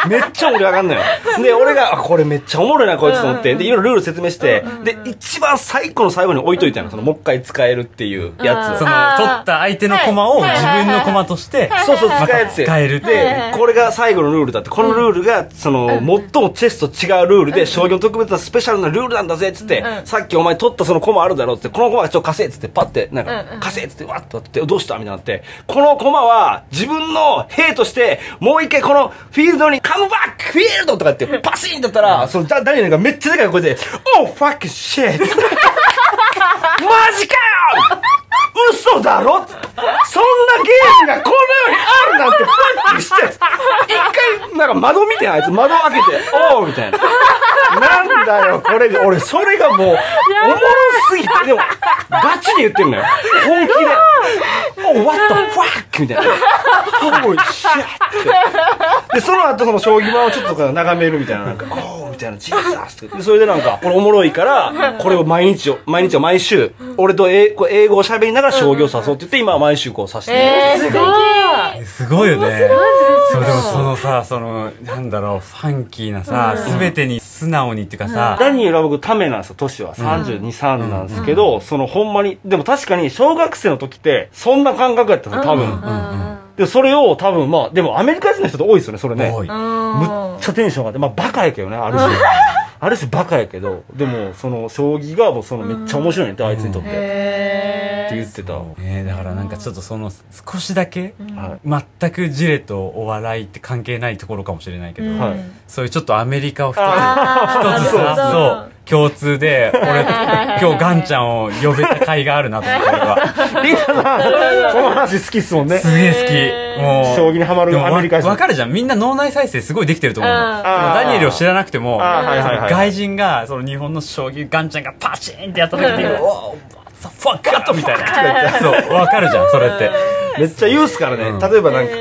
Speaker 4: で、 めっちゃ盛り上がんのよ。で、俺が、あこれめっちゃおもろいな、こいつと思って。で、いろいろルール説明して、で、一番最後の最後に置いといたの。その、もう一回使えるっていうやつ
Speaker 1: そ。の取った相手の駒を自分の駒として
Speaker 4: そうそう、使えるって。
Speaker 1: 使えるっていう
Speaker 4: で、これが最後のルールだって、このルールが、その、最もチェスと違うルールで、将棋の特別なスペシャルなルールなんだぜ、つって、さっきお前取ったその駒あるだろうって、この駒がちょっと稼いっつって、パって、なんか、稼いっつって、わっとって、どうしたみたいになって、この駒は、自分の兵として、もう一回このフィールドに、カムバックフィールドとか言って、パシーンだったら、その、ダダニエルがめっちゃでかい声で、オーファックシェットマジかよ嘘だろそんなゲームがこの世にあるなんてファッキーして一回なんか窓見てんあいつ窓開けて「おう」みたいななんだよこれで俺それがもうおもろすぎてでもガチで言ってんのよ本気で「おう what the fuck」みたいな「おいシャッ」ってでその後その将棋盤をちょっとこう眺めるみたいななんか「おう」みたいな「ジーザース」ってでそれでなんかこれおもろいからこれを毎日を毎日を毎週俺と英こう英語を喋りながら将棋を誘うって言って今は毎週こうさしてる
Speaker 2: えー、すごい
Speaker 1: すごいよね。そうでもそのさ、その、なんだろう、ファンキーなさ、すべてに素直にっていうかさ、
Speaker 4: ダニエルは僕ためなんですよ、年は。32、3なんですけど、そのほんまに、でも確かに小学生の時って、そんな感覚やったんですよ、多分。で、それを多分まあ、でもアメリカ人の人って多いですよね、それね。
Speaker 1: 多い。
Speaker 4: むっちゃテンション上がって、まあバカやけどね、ある種。 ある種バカやけど、でもその将棋がもうそのめっちゃ面白いねって、あいつにとって。って言ってた。
Speaker 1: ねだからなんかちょっとその、少しだけ、
Speaker 4: は
Speaker 1: 全くジレとお笑いって関係ないところかもしれないけど、
Speaker 4: い。はい。
Speaker 1: そういうちょっとアメリカを一つ、一つ
Speaker 2: あーなるほど
Speaker 1: さ、そう、共通で、俺、今日ガンちゃんを呼べた甲斐があるなと思って、俺 は。
Speaker 4: リーダー さん、その話好きっすもんね。
Speaker 1: すげえ好き。もう。
Speaker 4: 将棋にハマ
Speaker 1: で
Speaker 4: る
Speaker 1: も
Speaker 4: アメリカ
Speaker 1: わ
Speaker 4: 人。
Speaker 1: わかるじゃんみんな脳内再生すごいできてると思うの
Speaker 2: うん
Speaker 1: そのダニエルを知らなくても
Speaker 4: あーはいはいはい
Speaker 1: その外人がその日本の将棋ガンちゃんがパチンってやった時に「おーザ・ファッカット!」みたいなそうわかるじゃんそれって
Speaker 4: めっちゃ言うっすからね、
Speaker 1: うん
Speaker 4: 例えばなんかこ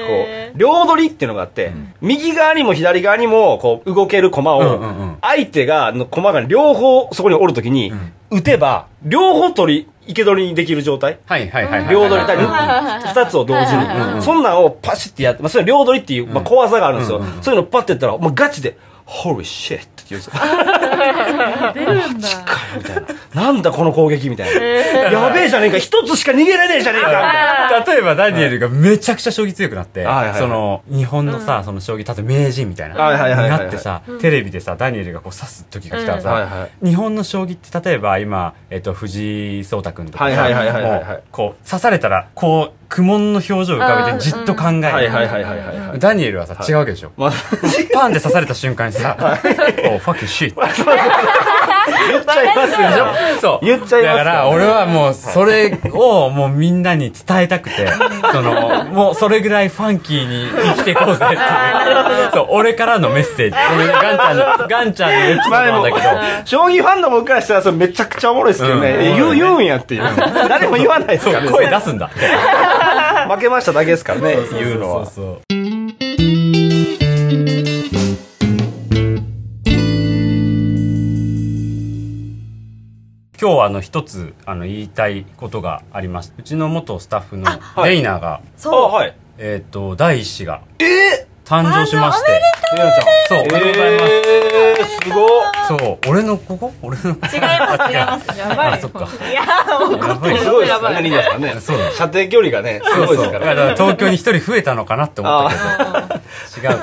Speaker 4: う両取りっていうのがあって、右側にも左側にもこう動ける駒
Speaker 1: うん
Speaker 4: を
Speaker 1: うんうん
Speaker 4: 相手がの駒が両方そこにおるときに打てば両方取り生け取りにできる状態
Speaker 1: はいはいはいはい
Speaker 4: 両取り
Speaker 1: うん
Speaker 4: 2つを同時
Speaker 1: うんうん
Speaker 4: にそんなんをパシッてやって、まあ、それ両取りっていう、まあ、小技があるんですよ、そういうのパッてやったらもうガチで「ホリシェッ」って言う んですよ
Speaker 2: 出るんだ
Speaker 4: みたいななんだこの攻撃みたいな、やべえじゃねえか一つしか逃げられねえじゃねえかみたいな
Speaker 1: 例えばダニエルがめちゃくちゃ将棋強くなって、
Speaker 4: はいはいはい
Speaker 1: その日本のさ、その将棋例えば名人みたいな、
Speaker 4: はいはいはいはい
Speaker 1: なってさ、テレビでさダニエルがこう指す時が来たらさ、
Speaker 4: うんはいは
Speaker 1: 日本の将棋って例えば今、えっと藤井聡太君とかさ
Speaker 4: はいはいはいはいはいはい
Speaker 1: もうこう指されたらこう苦悶の表情を浮かべてじっと考える、
Speaker 4: はいはいはいはいはいはい
Speaker 1: ダニエルはさ、違うわけ でしょ、
Speaker 4: まあ
Speaker 1: パンって刺された瞬間にさ「 おファッキンシー」
Speaker 4: 言っちゃいますよ
Speaker 1: そう。
Speaker 4: 言っちゃいますからね
Speaker 1: だから、俺はもう、それをもうみんなに伝えたく て、その、もうそれぐらいファンキーに生きていこうぜっていう。そう、俺からのメッセージ。ごめんねガンちゃんの、ガンちゃんのエピソードなんだけど。
Speaker 4: 将棋ファンの僕からしたらそれめちゃくちゃおもろいですけどね、
Speaker 1: うん
Speaker 4: え言う言うんやっていう誰も言わないですからね
Speaker 1: そう声出すんだ。
Speaker 4: 負けましただけですからね言うのは
Speaker 1: そうそう今日はあの一つあの言いたいことがありましてうちの元スタッフのレイナーが、
Speaker 4: あはい
Speaker 1: えっ、と第一子が
Speaker 4: え
Speaker 1: 誕生しまして
Speaker 4: ゆなち
Speaker 1: そうおめでとうございます、
Speaker 4: えー、すごっ
Speaker 1: そう俺のここ俺の
Speaker 2: 違います、違います。
Speaker 3: やば
Speaker 1: あ
Speaker 3: い
Speaker 1: そっ
Speaker 3: よ
Speaker 1: か
Speaker 2: いやー、もう
Speaker 1: やばいねそ
Speaker 4: すごいですね、リーダーさんね。
Speaker 1: そうだ
Speaker 4: 射程距離がね、す
Speaker 1: そ
Speaker 4: ご
Speaker 1: う
Speaker 4: い
Speaker 1: そ
Speaker 4: で
Speaker 1: う
Speaker 4: す
Speaker 1: だ
Speaker 4: か。
Speaker 1: からら東京に一人増えたのかなって思ったけど違う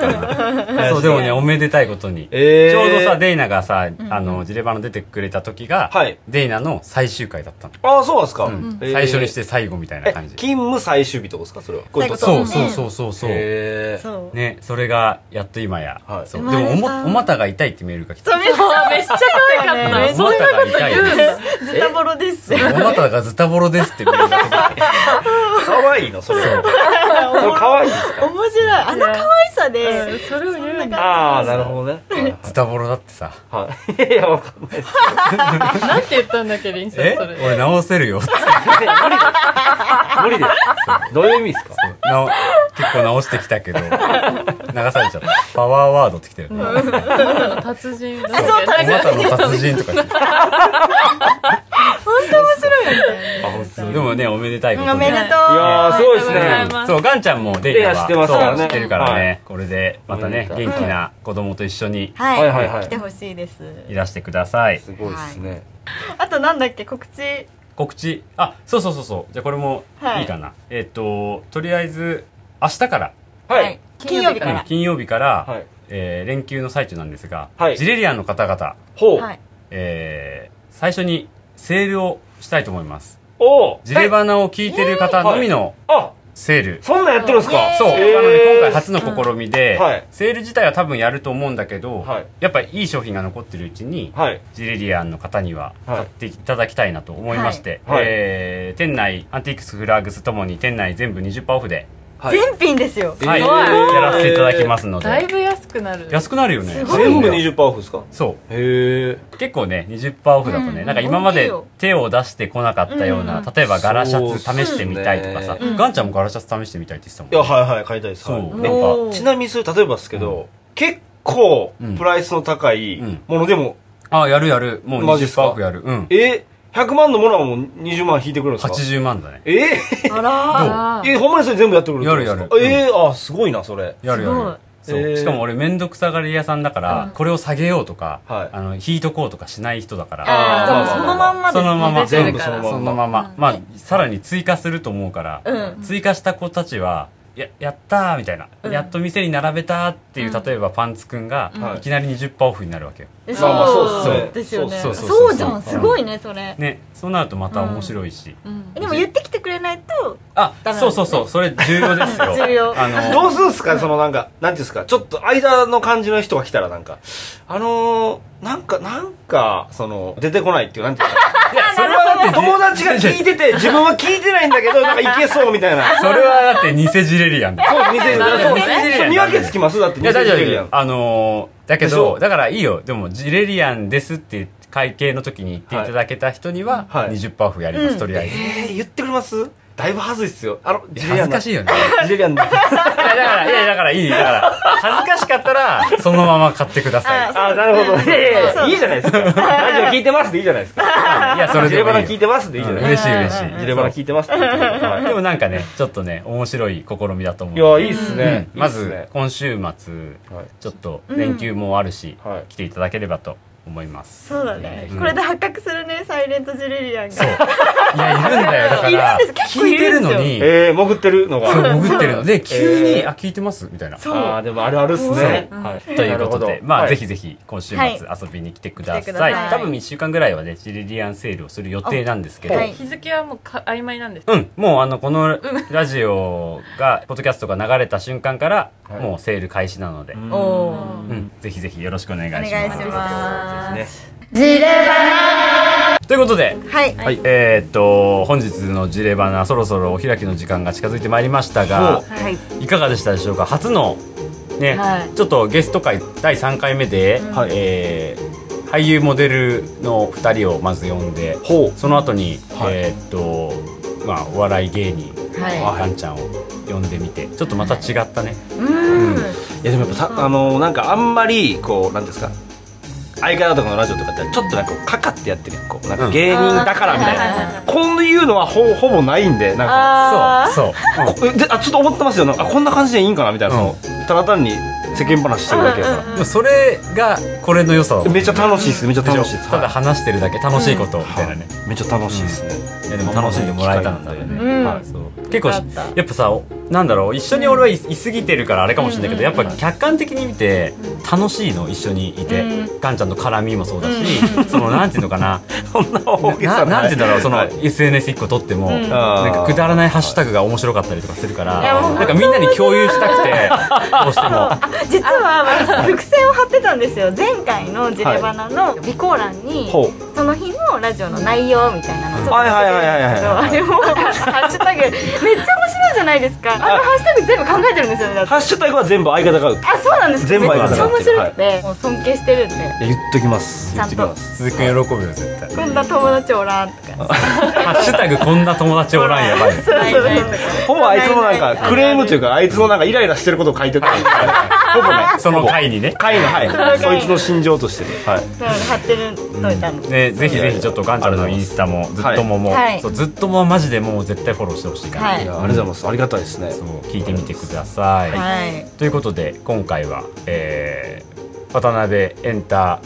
Speaker 1: かなそうでもねおめでたいことにち
Speaker 4: えー
Speaker 1: ょうどさデイナがさあのジレバの出てくれた時が
Speaker 4: はい
Speaker 1: デイナの最終回だったの
Speaker 4: ああ、そうなんですか。えー
Speaker 1: 最初にして最後みたいな
Speaker 4: え
Speaker 1: 感じ
Speaker 4: 勤務最終日ってことですかそれはこういうこと
Speaker 1: そうそうそうそうそう
Speaker 4: へー
Speaker 2: そう。
Speaker 1: ねそれがやっと今や
Speaker 4: はい
Speaker 1: そうでもおもお股が痛いってメールが来た
Speaker 2: そう、めっちゃ
Speaker 3: めっちゃ可愛かっ
Speaker 1: 今お股が痛いです
Speaker 2: ズタボロです。
Speaker 1: そうお股がズタボロですってメールが来た
Speaker 4: 可愛いのそれはそれ可愛いですか
Speaker 2: 面白い。あの可愛さ
Speaker 3: た
Speaker 2: で、
Speaker 3: それを言うんだ
Speaker 4: ああなるほどね
Speaker 1: ズタボロだってさ
Speaker 4: は いいやわかんないです
Speaker 3: なんて言ったんだっけりんさん
Speaker 1: え
Speaker 3: それ
Speaker 1: 俺直せるよって
Speaker 4: 無理ですどういう意味ですか
Speaker 1: なお結構直してきたけど流されちゃったパワーワードってきてるね、お
Speaker 3: 肩の達人だっけ
Speaker 2: そう
Speaker 3: なん
Speaker 1: 股
Speaker 3: か
Speaker 1: の達人とか言って
Speaker 4: 本
Speaker 1: そうでもねおめでたいこと
Speaker 2: おめで
Speaker 1: で
Speaker 2: とう。
Speaker 4: いやーすごいです
Speaker 3: ありがとう
Speaker 4: ね
Speaker 3: ございます
Speaker 1: そうガンちゃんもデイヤ
Speaker 4: デイヤ
Speaker 1: は
Speaker 4: 知ってますからね
Speaker 1: そう知ってるからね、
Speaker 4: はい
Speaker 1: これでまたね
Speaker 4: おめで
Speaker 1: 元気な子供と一緒に
Speaker 2: はい、
Speaker 4: はいはいはい
Speaker 2: 来てほしいです。
Speaker 1: いらしてください
Speaker 4: すごいですね
Speaker 2: あとなんだっけ告知。
Speaker 1: 告知あそうそうそうそうじゃあこれも
Speaker 2: はい
Speaker 1: いいかな、えっ、ととりあえず明日から
Speaker 4: はい。
Speaker 2: 金曜日か
Speaker 1: うん
Speaker 2: ら。
Speaker 1: 金曜日から、
Speaker 4: はい
Speaker 1: えー連休の最中なんですが、
Speaker 4: はい
Speaker 1: ジレリアンの方々、
Speaker 4: ほう
Speaker 2: はい。
Speaker 1: えー最初にセールをしたいと思います
Speaker 4: おう
Speaker 1: ジレバナを聞いてる方のみの
Speaker 4: あ
Speaker 1: セール、
Speaker 4: そんなんやってるんですか
Speaker 1: そう、
Speaker 4: えー
Speaker 1: なので今回初の試みで、
Speaker 4: はい
Speaker 1: セール自体は多分やると思うんだけど、
Speaker 4: はい
Speaker 1: やっぱりいい商品が残ってるうちに、
Speaker 4: はい
Speaker 1: ジレリアンの方には
Speaker 4: はい
Speaker 1: 買っていただきたいなと思いまして、
Speaker 4: はいはい
Speaker 1: えー店内アンティークスフラッグスともに店内全部20%オフで、
Speaker 4: はい
Speaker 2: 全品ですよ。
Speaker 1: はい
Speaker 4: えー
Speaker 1: やらせていただきますの
Speaker 3: だい
Speaker 1: で
Speaker 3: ぶ安くなる
Speaker 1: 安くなるよね
Speaker 4: 全部20%オフですか
Speaker 1: そう
Speaker 4: へえ
Speaker 1: 結構ね20%オフだとね、
Speaker 2: うん
Speaker 1: なんか今ま
Speaker 2: 大きい
Speaker 1: で
Speaker 2: よ
Speaker 1: 手を出してこなかったような、
Speaker 3: うん
Speaker 1: 例えばガラシャツ試してみたいとか
Speaker 4: そう
Speaker 1: さ、
Speaker 4: っ
Speaker 1: ガンちゃんもガラシャツ試してみたいって言って
Speaker 4: い
Speaker 1: たも
Speaker 4: や
Speaker 1: ん
Speaker 4: はいはい買いたいです
Speaker 1: そう、
Speaker 4: は
Speaker 1: な
Speaker 4: い
Speaker 1: んか
Speaker 2: おー
Speaker 4: ちなみにそれ例えばですけど結構
Speaker 1: うん
Speaker 4: プライスの高い
Speaker 1: うん
Speaker 4: ものでも
Speaker 1: あやるやるもう
Speaker 4: マジっす
Speaker 1: 20%
Speaker 4: か
Speaker 1: オフやるうん
Speaker 4: え100万のものはもう20万引いてくるんですか
Speaker 1: 80万だね
Speaker 4: え
Speaker 2: あらー。
Speaker 3: あ
Speaker 4: え、
Speaker 3: ー
Speaker 4: ほんまにそれ全部やってくるってことですか
Speaker 1: やるやる
Speaker 4: えー、あ、すごいな、それ。
Speaker 1: やるやるそう、
Speaker 4: えー
Speaker 1: しかも俺面倒くさがり屋さんだから、これを下げようとか、
Speaker 4: はい
Speaker 1: あの引いとこうとかしない人だから
Speaker 2: あ
Speaker 4: ー
Speaker 2: ーでもそのまんまで
Speaker 1: そ
Speaker 2: す
Speaker 1: のまま
Speaker 3: 全
Speaker 4: 部そのまんま
Speaker 1: そのまま、まあさらに追加すると思うから、
Speaker 2: うん
Speaker 1: 追加した子たちはややったーみたいな、やっと店に並べたーっていう、例えばパンツくんが、
Speaker 4: はい
Speaker 1: いきなり20%オフになるわけよ、
Speaker 2: え
Speaker 4: まあまあそう
Speaker 2: で
Speaker 4: ですすね
Speaker 2: よね。
Speaker 1: そ
Speaker 2: そうう
Speaker 1: そうそうそう
Speaker 2: じゃん、すごいね、それ。
Speaker 1: ねそうなるとまた面白いし、
Speaker 3: うん
Speaker 2: えでも言ってきてくれないと、
Speaker 1: あ
Speaker 2: ダメなん
Speaker 1: そう
Speaker 2: です
Speaker 1: そ
Speaker 2: ね
Speaker 1: うそうそれ重要ですよ
Speaker 2: 重要
Speaker 1: あの
Speaker 4: どうするんすかそのなんか、なんていうんですか、ちょっと間の感じの人が来たらなんか、あのー、なんか、なんか、その、出てこないっていう、なんていうんですか。
Speaker 1: いやそれはだって
Speaker 4: 友達が聞いてて、自分は聞いてないんだけど、なんかいけそうみたいな。
Speaker 1: それはだって偽ジレリアンだ
Speaker 4: そう、偽ジレリアン。そう
Speaker 1: 偽ジレリアン
Speaker 4: そう見分けつきますだって、
Speaker 1: い
Speaker 4: 偽
Speaker 1: や
Speaker 4: ジ
Speaker 1: 大丈夫
Speaker 4: レリアン。
Speaker 1: あのーだけ
Speaker 4: でしょ
Speaker 1: どだからいいよでもジレリアンですって会計の時に言っていただけた人には
Speaker 4: はい
Speaker 1: 20%オフやります、
Speaker 2: うん
Speaker 1: とりあえず、
Speaker 4: えー、言ってくれますだいぶ恥ずいっすよ。あの、ジレリ
Speaker 1: 恥
Speaker 4: ア
Speaker 1: ず
Speaker 4: ン
Speaker 1: か
Speaker 4: だ。
Speaker 1: し
Speaker 4: ジ
Speaker 1: いよね
Speaker 4: レリアンだ。
Speaker 1: いやだからいやだからいいだから恥ずかしかったらそのまま買ってください
Speaker 2: あ
Speaker 4: あー、なるほど。いやいやいやいいじゃないですか。ラジオ聞いてますでいいじゃないですか。
Speaker 1: いやそれ
Speaker 4: ジ
Speaker 1: で
Speaker 4: レ
Speaker 1: も
Speaker 4: バ
Speaker 1: いいよ
Speaker 4: ナ聞いてますでいいじゃ
Speaker 1: う
Speaker 4: なんいですか
Speaker 1: 嬉しい嬉しい
Speaker 4: ジレバナ聞いてますって言ってるから
Speaker 1: で
Speaker 4: は
Speaker 1: もなんかねちょっとね面白い試みだと思う
Speaker 4: いいやいいっすね
Speaker 1: ま
Speaker 4: いいっす
Speaker 1: ず
Speaker 4: ね
Speaker 1: 今週末
Speaker 4: はい
Speaker 1: ちょっと連休もあるし、
Speaker 4: はい
Speaker 1: 来ていただければと思います
Speaker 2: そうだね
Speaker 1: う。ん
Speaker 2: これで発覚するね、サイレントジュレリアン
Speaker 1: そうい
Speaker 2: が。
Speaker 1: やいるんだよだか
Speaker 2: いる
Speaker 1: ら
Speaker 2: んです結構
Speaker 1: 聞い
Speaker 2: い
Speaker 1: て
Speaker 2: る
Speaker 1: る
Speaker 2: んです
Speaker 1: の
Speaker 2: よ
Speaker 1: に
Speaker 4: えー、潜ってるのが
Speaker 1: そう潜ってるので急に「
Speaker 4: えー
Speaker 1: あ聞いてます」みたいな。
Speaker 2: そう。
Speaker 4: ああでもあるあるっすねはい
Speaker 1: ということで
Speaker 4: なる、ほど
Speaker 1: まあ
Speaker 4: はい
Speaker 1: ぜひぜひ今週末
Speaker 2: はい
Speaker 1: 遊びに来てくだ
Speaker 2: 来てく
Speaker 1: さ
Speaker 2: だ
Speaker 1: い。
Speaker 2: さい
Speaker 1: 多分1週間ぐらいはね、ジレリアンセールをする予定なんですけど
Speaker 2: は、い
Speaker 3: 日付はもうか曖昧なんです
Speaker 1: うん、もうあの、このラジオが、ポッドキャストが流れた瞬間から、
Speaker 4: はい
Speaker 1: もうセール開始なので、
Speaker 2: おおー。
Speaker 1: うん、ぜひぜひよろしくお願いし
Speaker 2: お
Speaker 1: ま
Speaker 2: 願い
Speaker 1: す。
Speaker 2: します。
Speaker 1: ということで、
Speaker 2: はい。
Speaker 1: はい、えーっと、本日のジレバナ、そろそろお開きの時間が近づいてまいりましたが、
Speaker 2: はい。
Speaker 1: いかがでしたでしょうか初のね、
Speaker 3: はい
Speaker 1: ちょっとゲスト会第3回目で、
Speaker 4: はい
Speaker 1: えー俳優モデルの2人をまず呼んで
Speaker 4: ほ
Speaker 1: その後に、
Speaker 4: はい
Speaker 1: えーっとまあお笑い芸人
Speaker 3: は
Speaker 1: ガンちゃんを呼んでみてちょっとまた違ったね、
Speaker 2: うーん。
Speaker 4: ういやでもやっぱさあのーなんかあんまりこうなんていうんですか相方とかのラジオとかってちょっとなんかこうかかってやってるやんこうなんか芸人だからみたいな、こういうのはほほぼないんでなんか
Speaker 1: そうそう
Speaker 4: こであちょっと思ってますよなんかあこんな感じでいいんかなみたいな、
Speaker 1: うん
Speaker 4: そのただ単に世間話してるだけだから、
Speaker 1: でもそれがこれの良さだと思
Speaker 4: めっちゃ楽しいですめっちゃ
Speaker 1: う
Speaker 4: 楽しいです、
Speaker 1: ただ
Speaker 4: は
Speaker 1: 話してるだけ楽しいことみたいなね、
Speaker 4: いめっちゃ楽しいですね、
Speaker 1: いやでも楽しんでもらえたんだよね、
Speaker 3: うん
Speaker 4: はいそう
Speaker 1: 結構しやっぱさなんだろう一緒に俺はいいすぎてるからあれかもしれないけど、やっぱ客観的に見て楽しいの一緒にいて、ガンちゃんの絡みもそうだし、そのなんていうのか な
Speaker 4: そんな大げ
Speaker 1: な
Speaker 4: さ
Speaker 1: なんていうんだろうその、
Speaker 4: はい
Speaker 1: SNS 一個撮っても、なんかくだらないハッシュタグが面白かったりとかするから、
Speaker 3: いやもう
Speaker 1: なんかみんなに共有したくてどうしても
Speaker 2: 実は私伏線を張ってたんですよ前回のジレバナの備考欄に、
Speaker 4: ほう
Speaker 2: その日のラジオの内容みたいなのをちょっと
Speaker 4: はいはいはいはいはい
Speaker 2: あれもハッシュタグめっちゃ面白いじゃないですかあのハッシュタグ全部考えてるんですよねだって
Speaker 4: ハッシュタグは全部相方が打って
Speaker 2: あそうなんです
Speaker 4: 全部
Speaker 2: め
Speaker 4: あ
Speaker 2: っ
Speaker 4: りがた
Speaker 2: ちゃ
Speaker 4: かった
Speaker 2: 面白くて、もう尊敬してるんで
Speaker 4: いや言っときます
Speaker 2: ちゃんと
Speaker 4: 言っきます
Speaker 1: 鈴木君喜ぶよ絶対
Speaker 2: こんな友達おらんとか
Speaker 1: ハッシュタグこんな友達おらんやばい。
Speaker 2: そうそうそう
Speaker 4: ほぼあいつのなんかクレームというかあいつのなんかイライラしてることを書いてたんでほぼね
Speaker 1: その回にね。
Speaker 4: 会のはいそいつの心情としてねはい
Speaker 2: だから貼ってるといたの、
Speaker 1: ね、ぜひぜひちょっとガンちゃんのインスタもずっとももう、
Speaker 2: はい
Speaker 1: そうずっともマジでもう絶対フォローしてほしいから、
Speaker 2: はい
Speaker 4: いやありがとうございますありがたいですね
Speaker 1: そう聞いてみてください。
Speaker 2: はい
Speaker 1: ということで今回は、えー、渡辺エンタ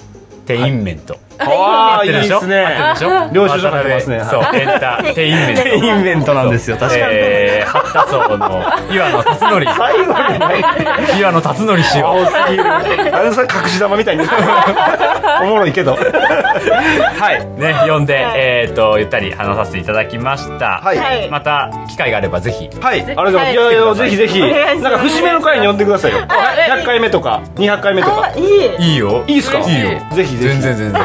Speaker 1: ーテインメント、
Speaker 4: ああいい
Speaker 1: 合ってるでしょ
Speaker 4: ですね領収書書いてますね
Speaker 1: 渡辺そうエンターテインメント
Speaker 4: テインメントなんですよ確かに
Speaker 1: えー、発達王の岩野達則
Speaker 4: 最後にね
Speaker 1: 岩野達則氏を
Speaker 4: 青すぎるあれさ隠し玉みた いにおもろいけどはい
Speaker 1: ね、読んで、えー、とゆったり話させていただきました、
Speaker 4: はいはい
Speaker 2: い
Speaker 1: また機会があればぜひ
Speaker 4: ありがとうございますいやいやぜひぜひ
Speaker 2: お願いします
Speaker 4: なんか節目の回に呼んでくださいよ100回目とか200回目とか
Speaker 2: あいい
Speaker 1: いいよ
Speaker 4: いいっすか
Speaker 1: いいよ
Speaker 4: ぜひぜ
Speaker 1: 全然
Speaker 4: ひ
Speaker 1: 全然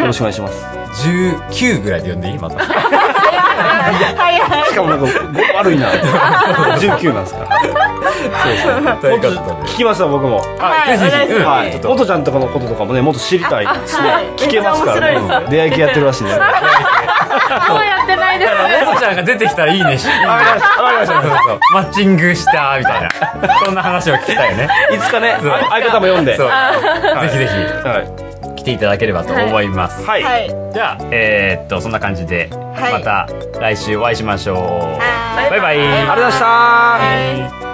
Speaker 4: よろしくお願いします
Speaker 1: 19ぐらいで読んでいいまた
Speaker 2: 早い
Speaker 4: しかもなんか語悪いな19なんですから
Speaker 1: ということで
Speaker 4: 聞きますわ僕も
Speaker 1: あぜひぜひ、うん
Speaker 4: はい
Speaker 1: ちょっと
Speaker 4: 音ちゃんとかのこととかもねもっと知りたいですね
Speaker 2: はい
Speaker 4: 聞けますから
Speaker 2: めっちゃ面白い
Speaker 4: ね出会い系やってるらしいんでわか
Speaker 3: そうやってないですね
Speaker 1: 音ちゃんが出てきたらいいねしそう
Speaker 4: りましたわかりまし
Speaker 1: そうそうマッチングしたみたいなそんな話を聞きたいよね
Speaker 4: たいつかね
Speaker 1: そう
Speaker 4: 相方も読んで
Speaker 1: そう、
Speaker 4: は
Speaker 1: ぜひぜ
Speaker 4: い
Speaker 1: ひ来ていただければと思います、
Speaker 4: はい
Speaker 2: はい
Speaker 1: じゃあえー、っとそんな感じで、
Speaker 2: い
Speaker 1: また来週お会いしましょう、
Speaker 2: はい
Speaker 1: バイバイ
Speaker 4: ありがとうございました
Speaker 2: はい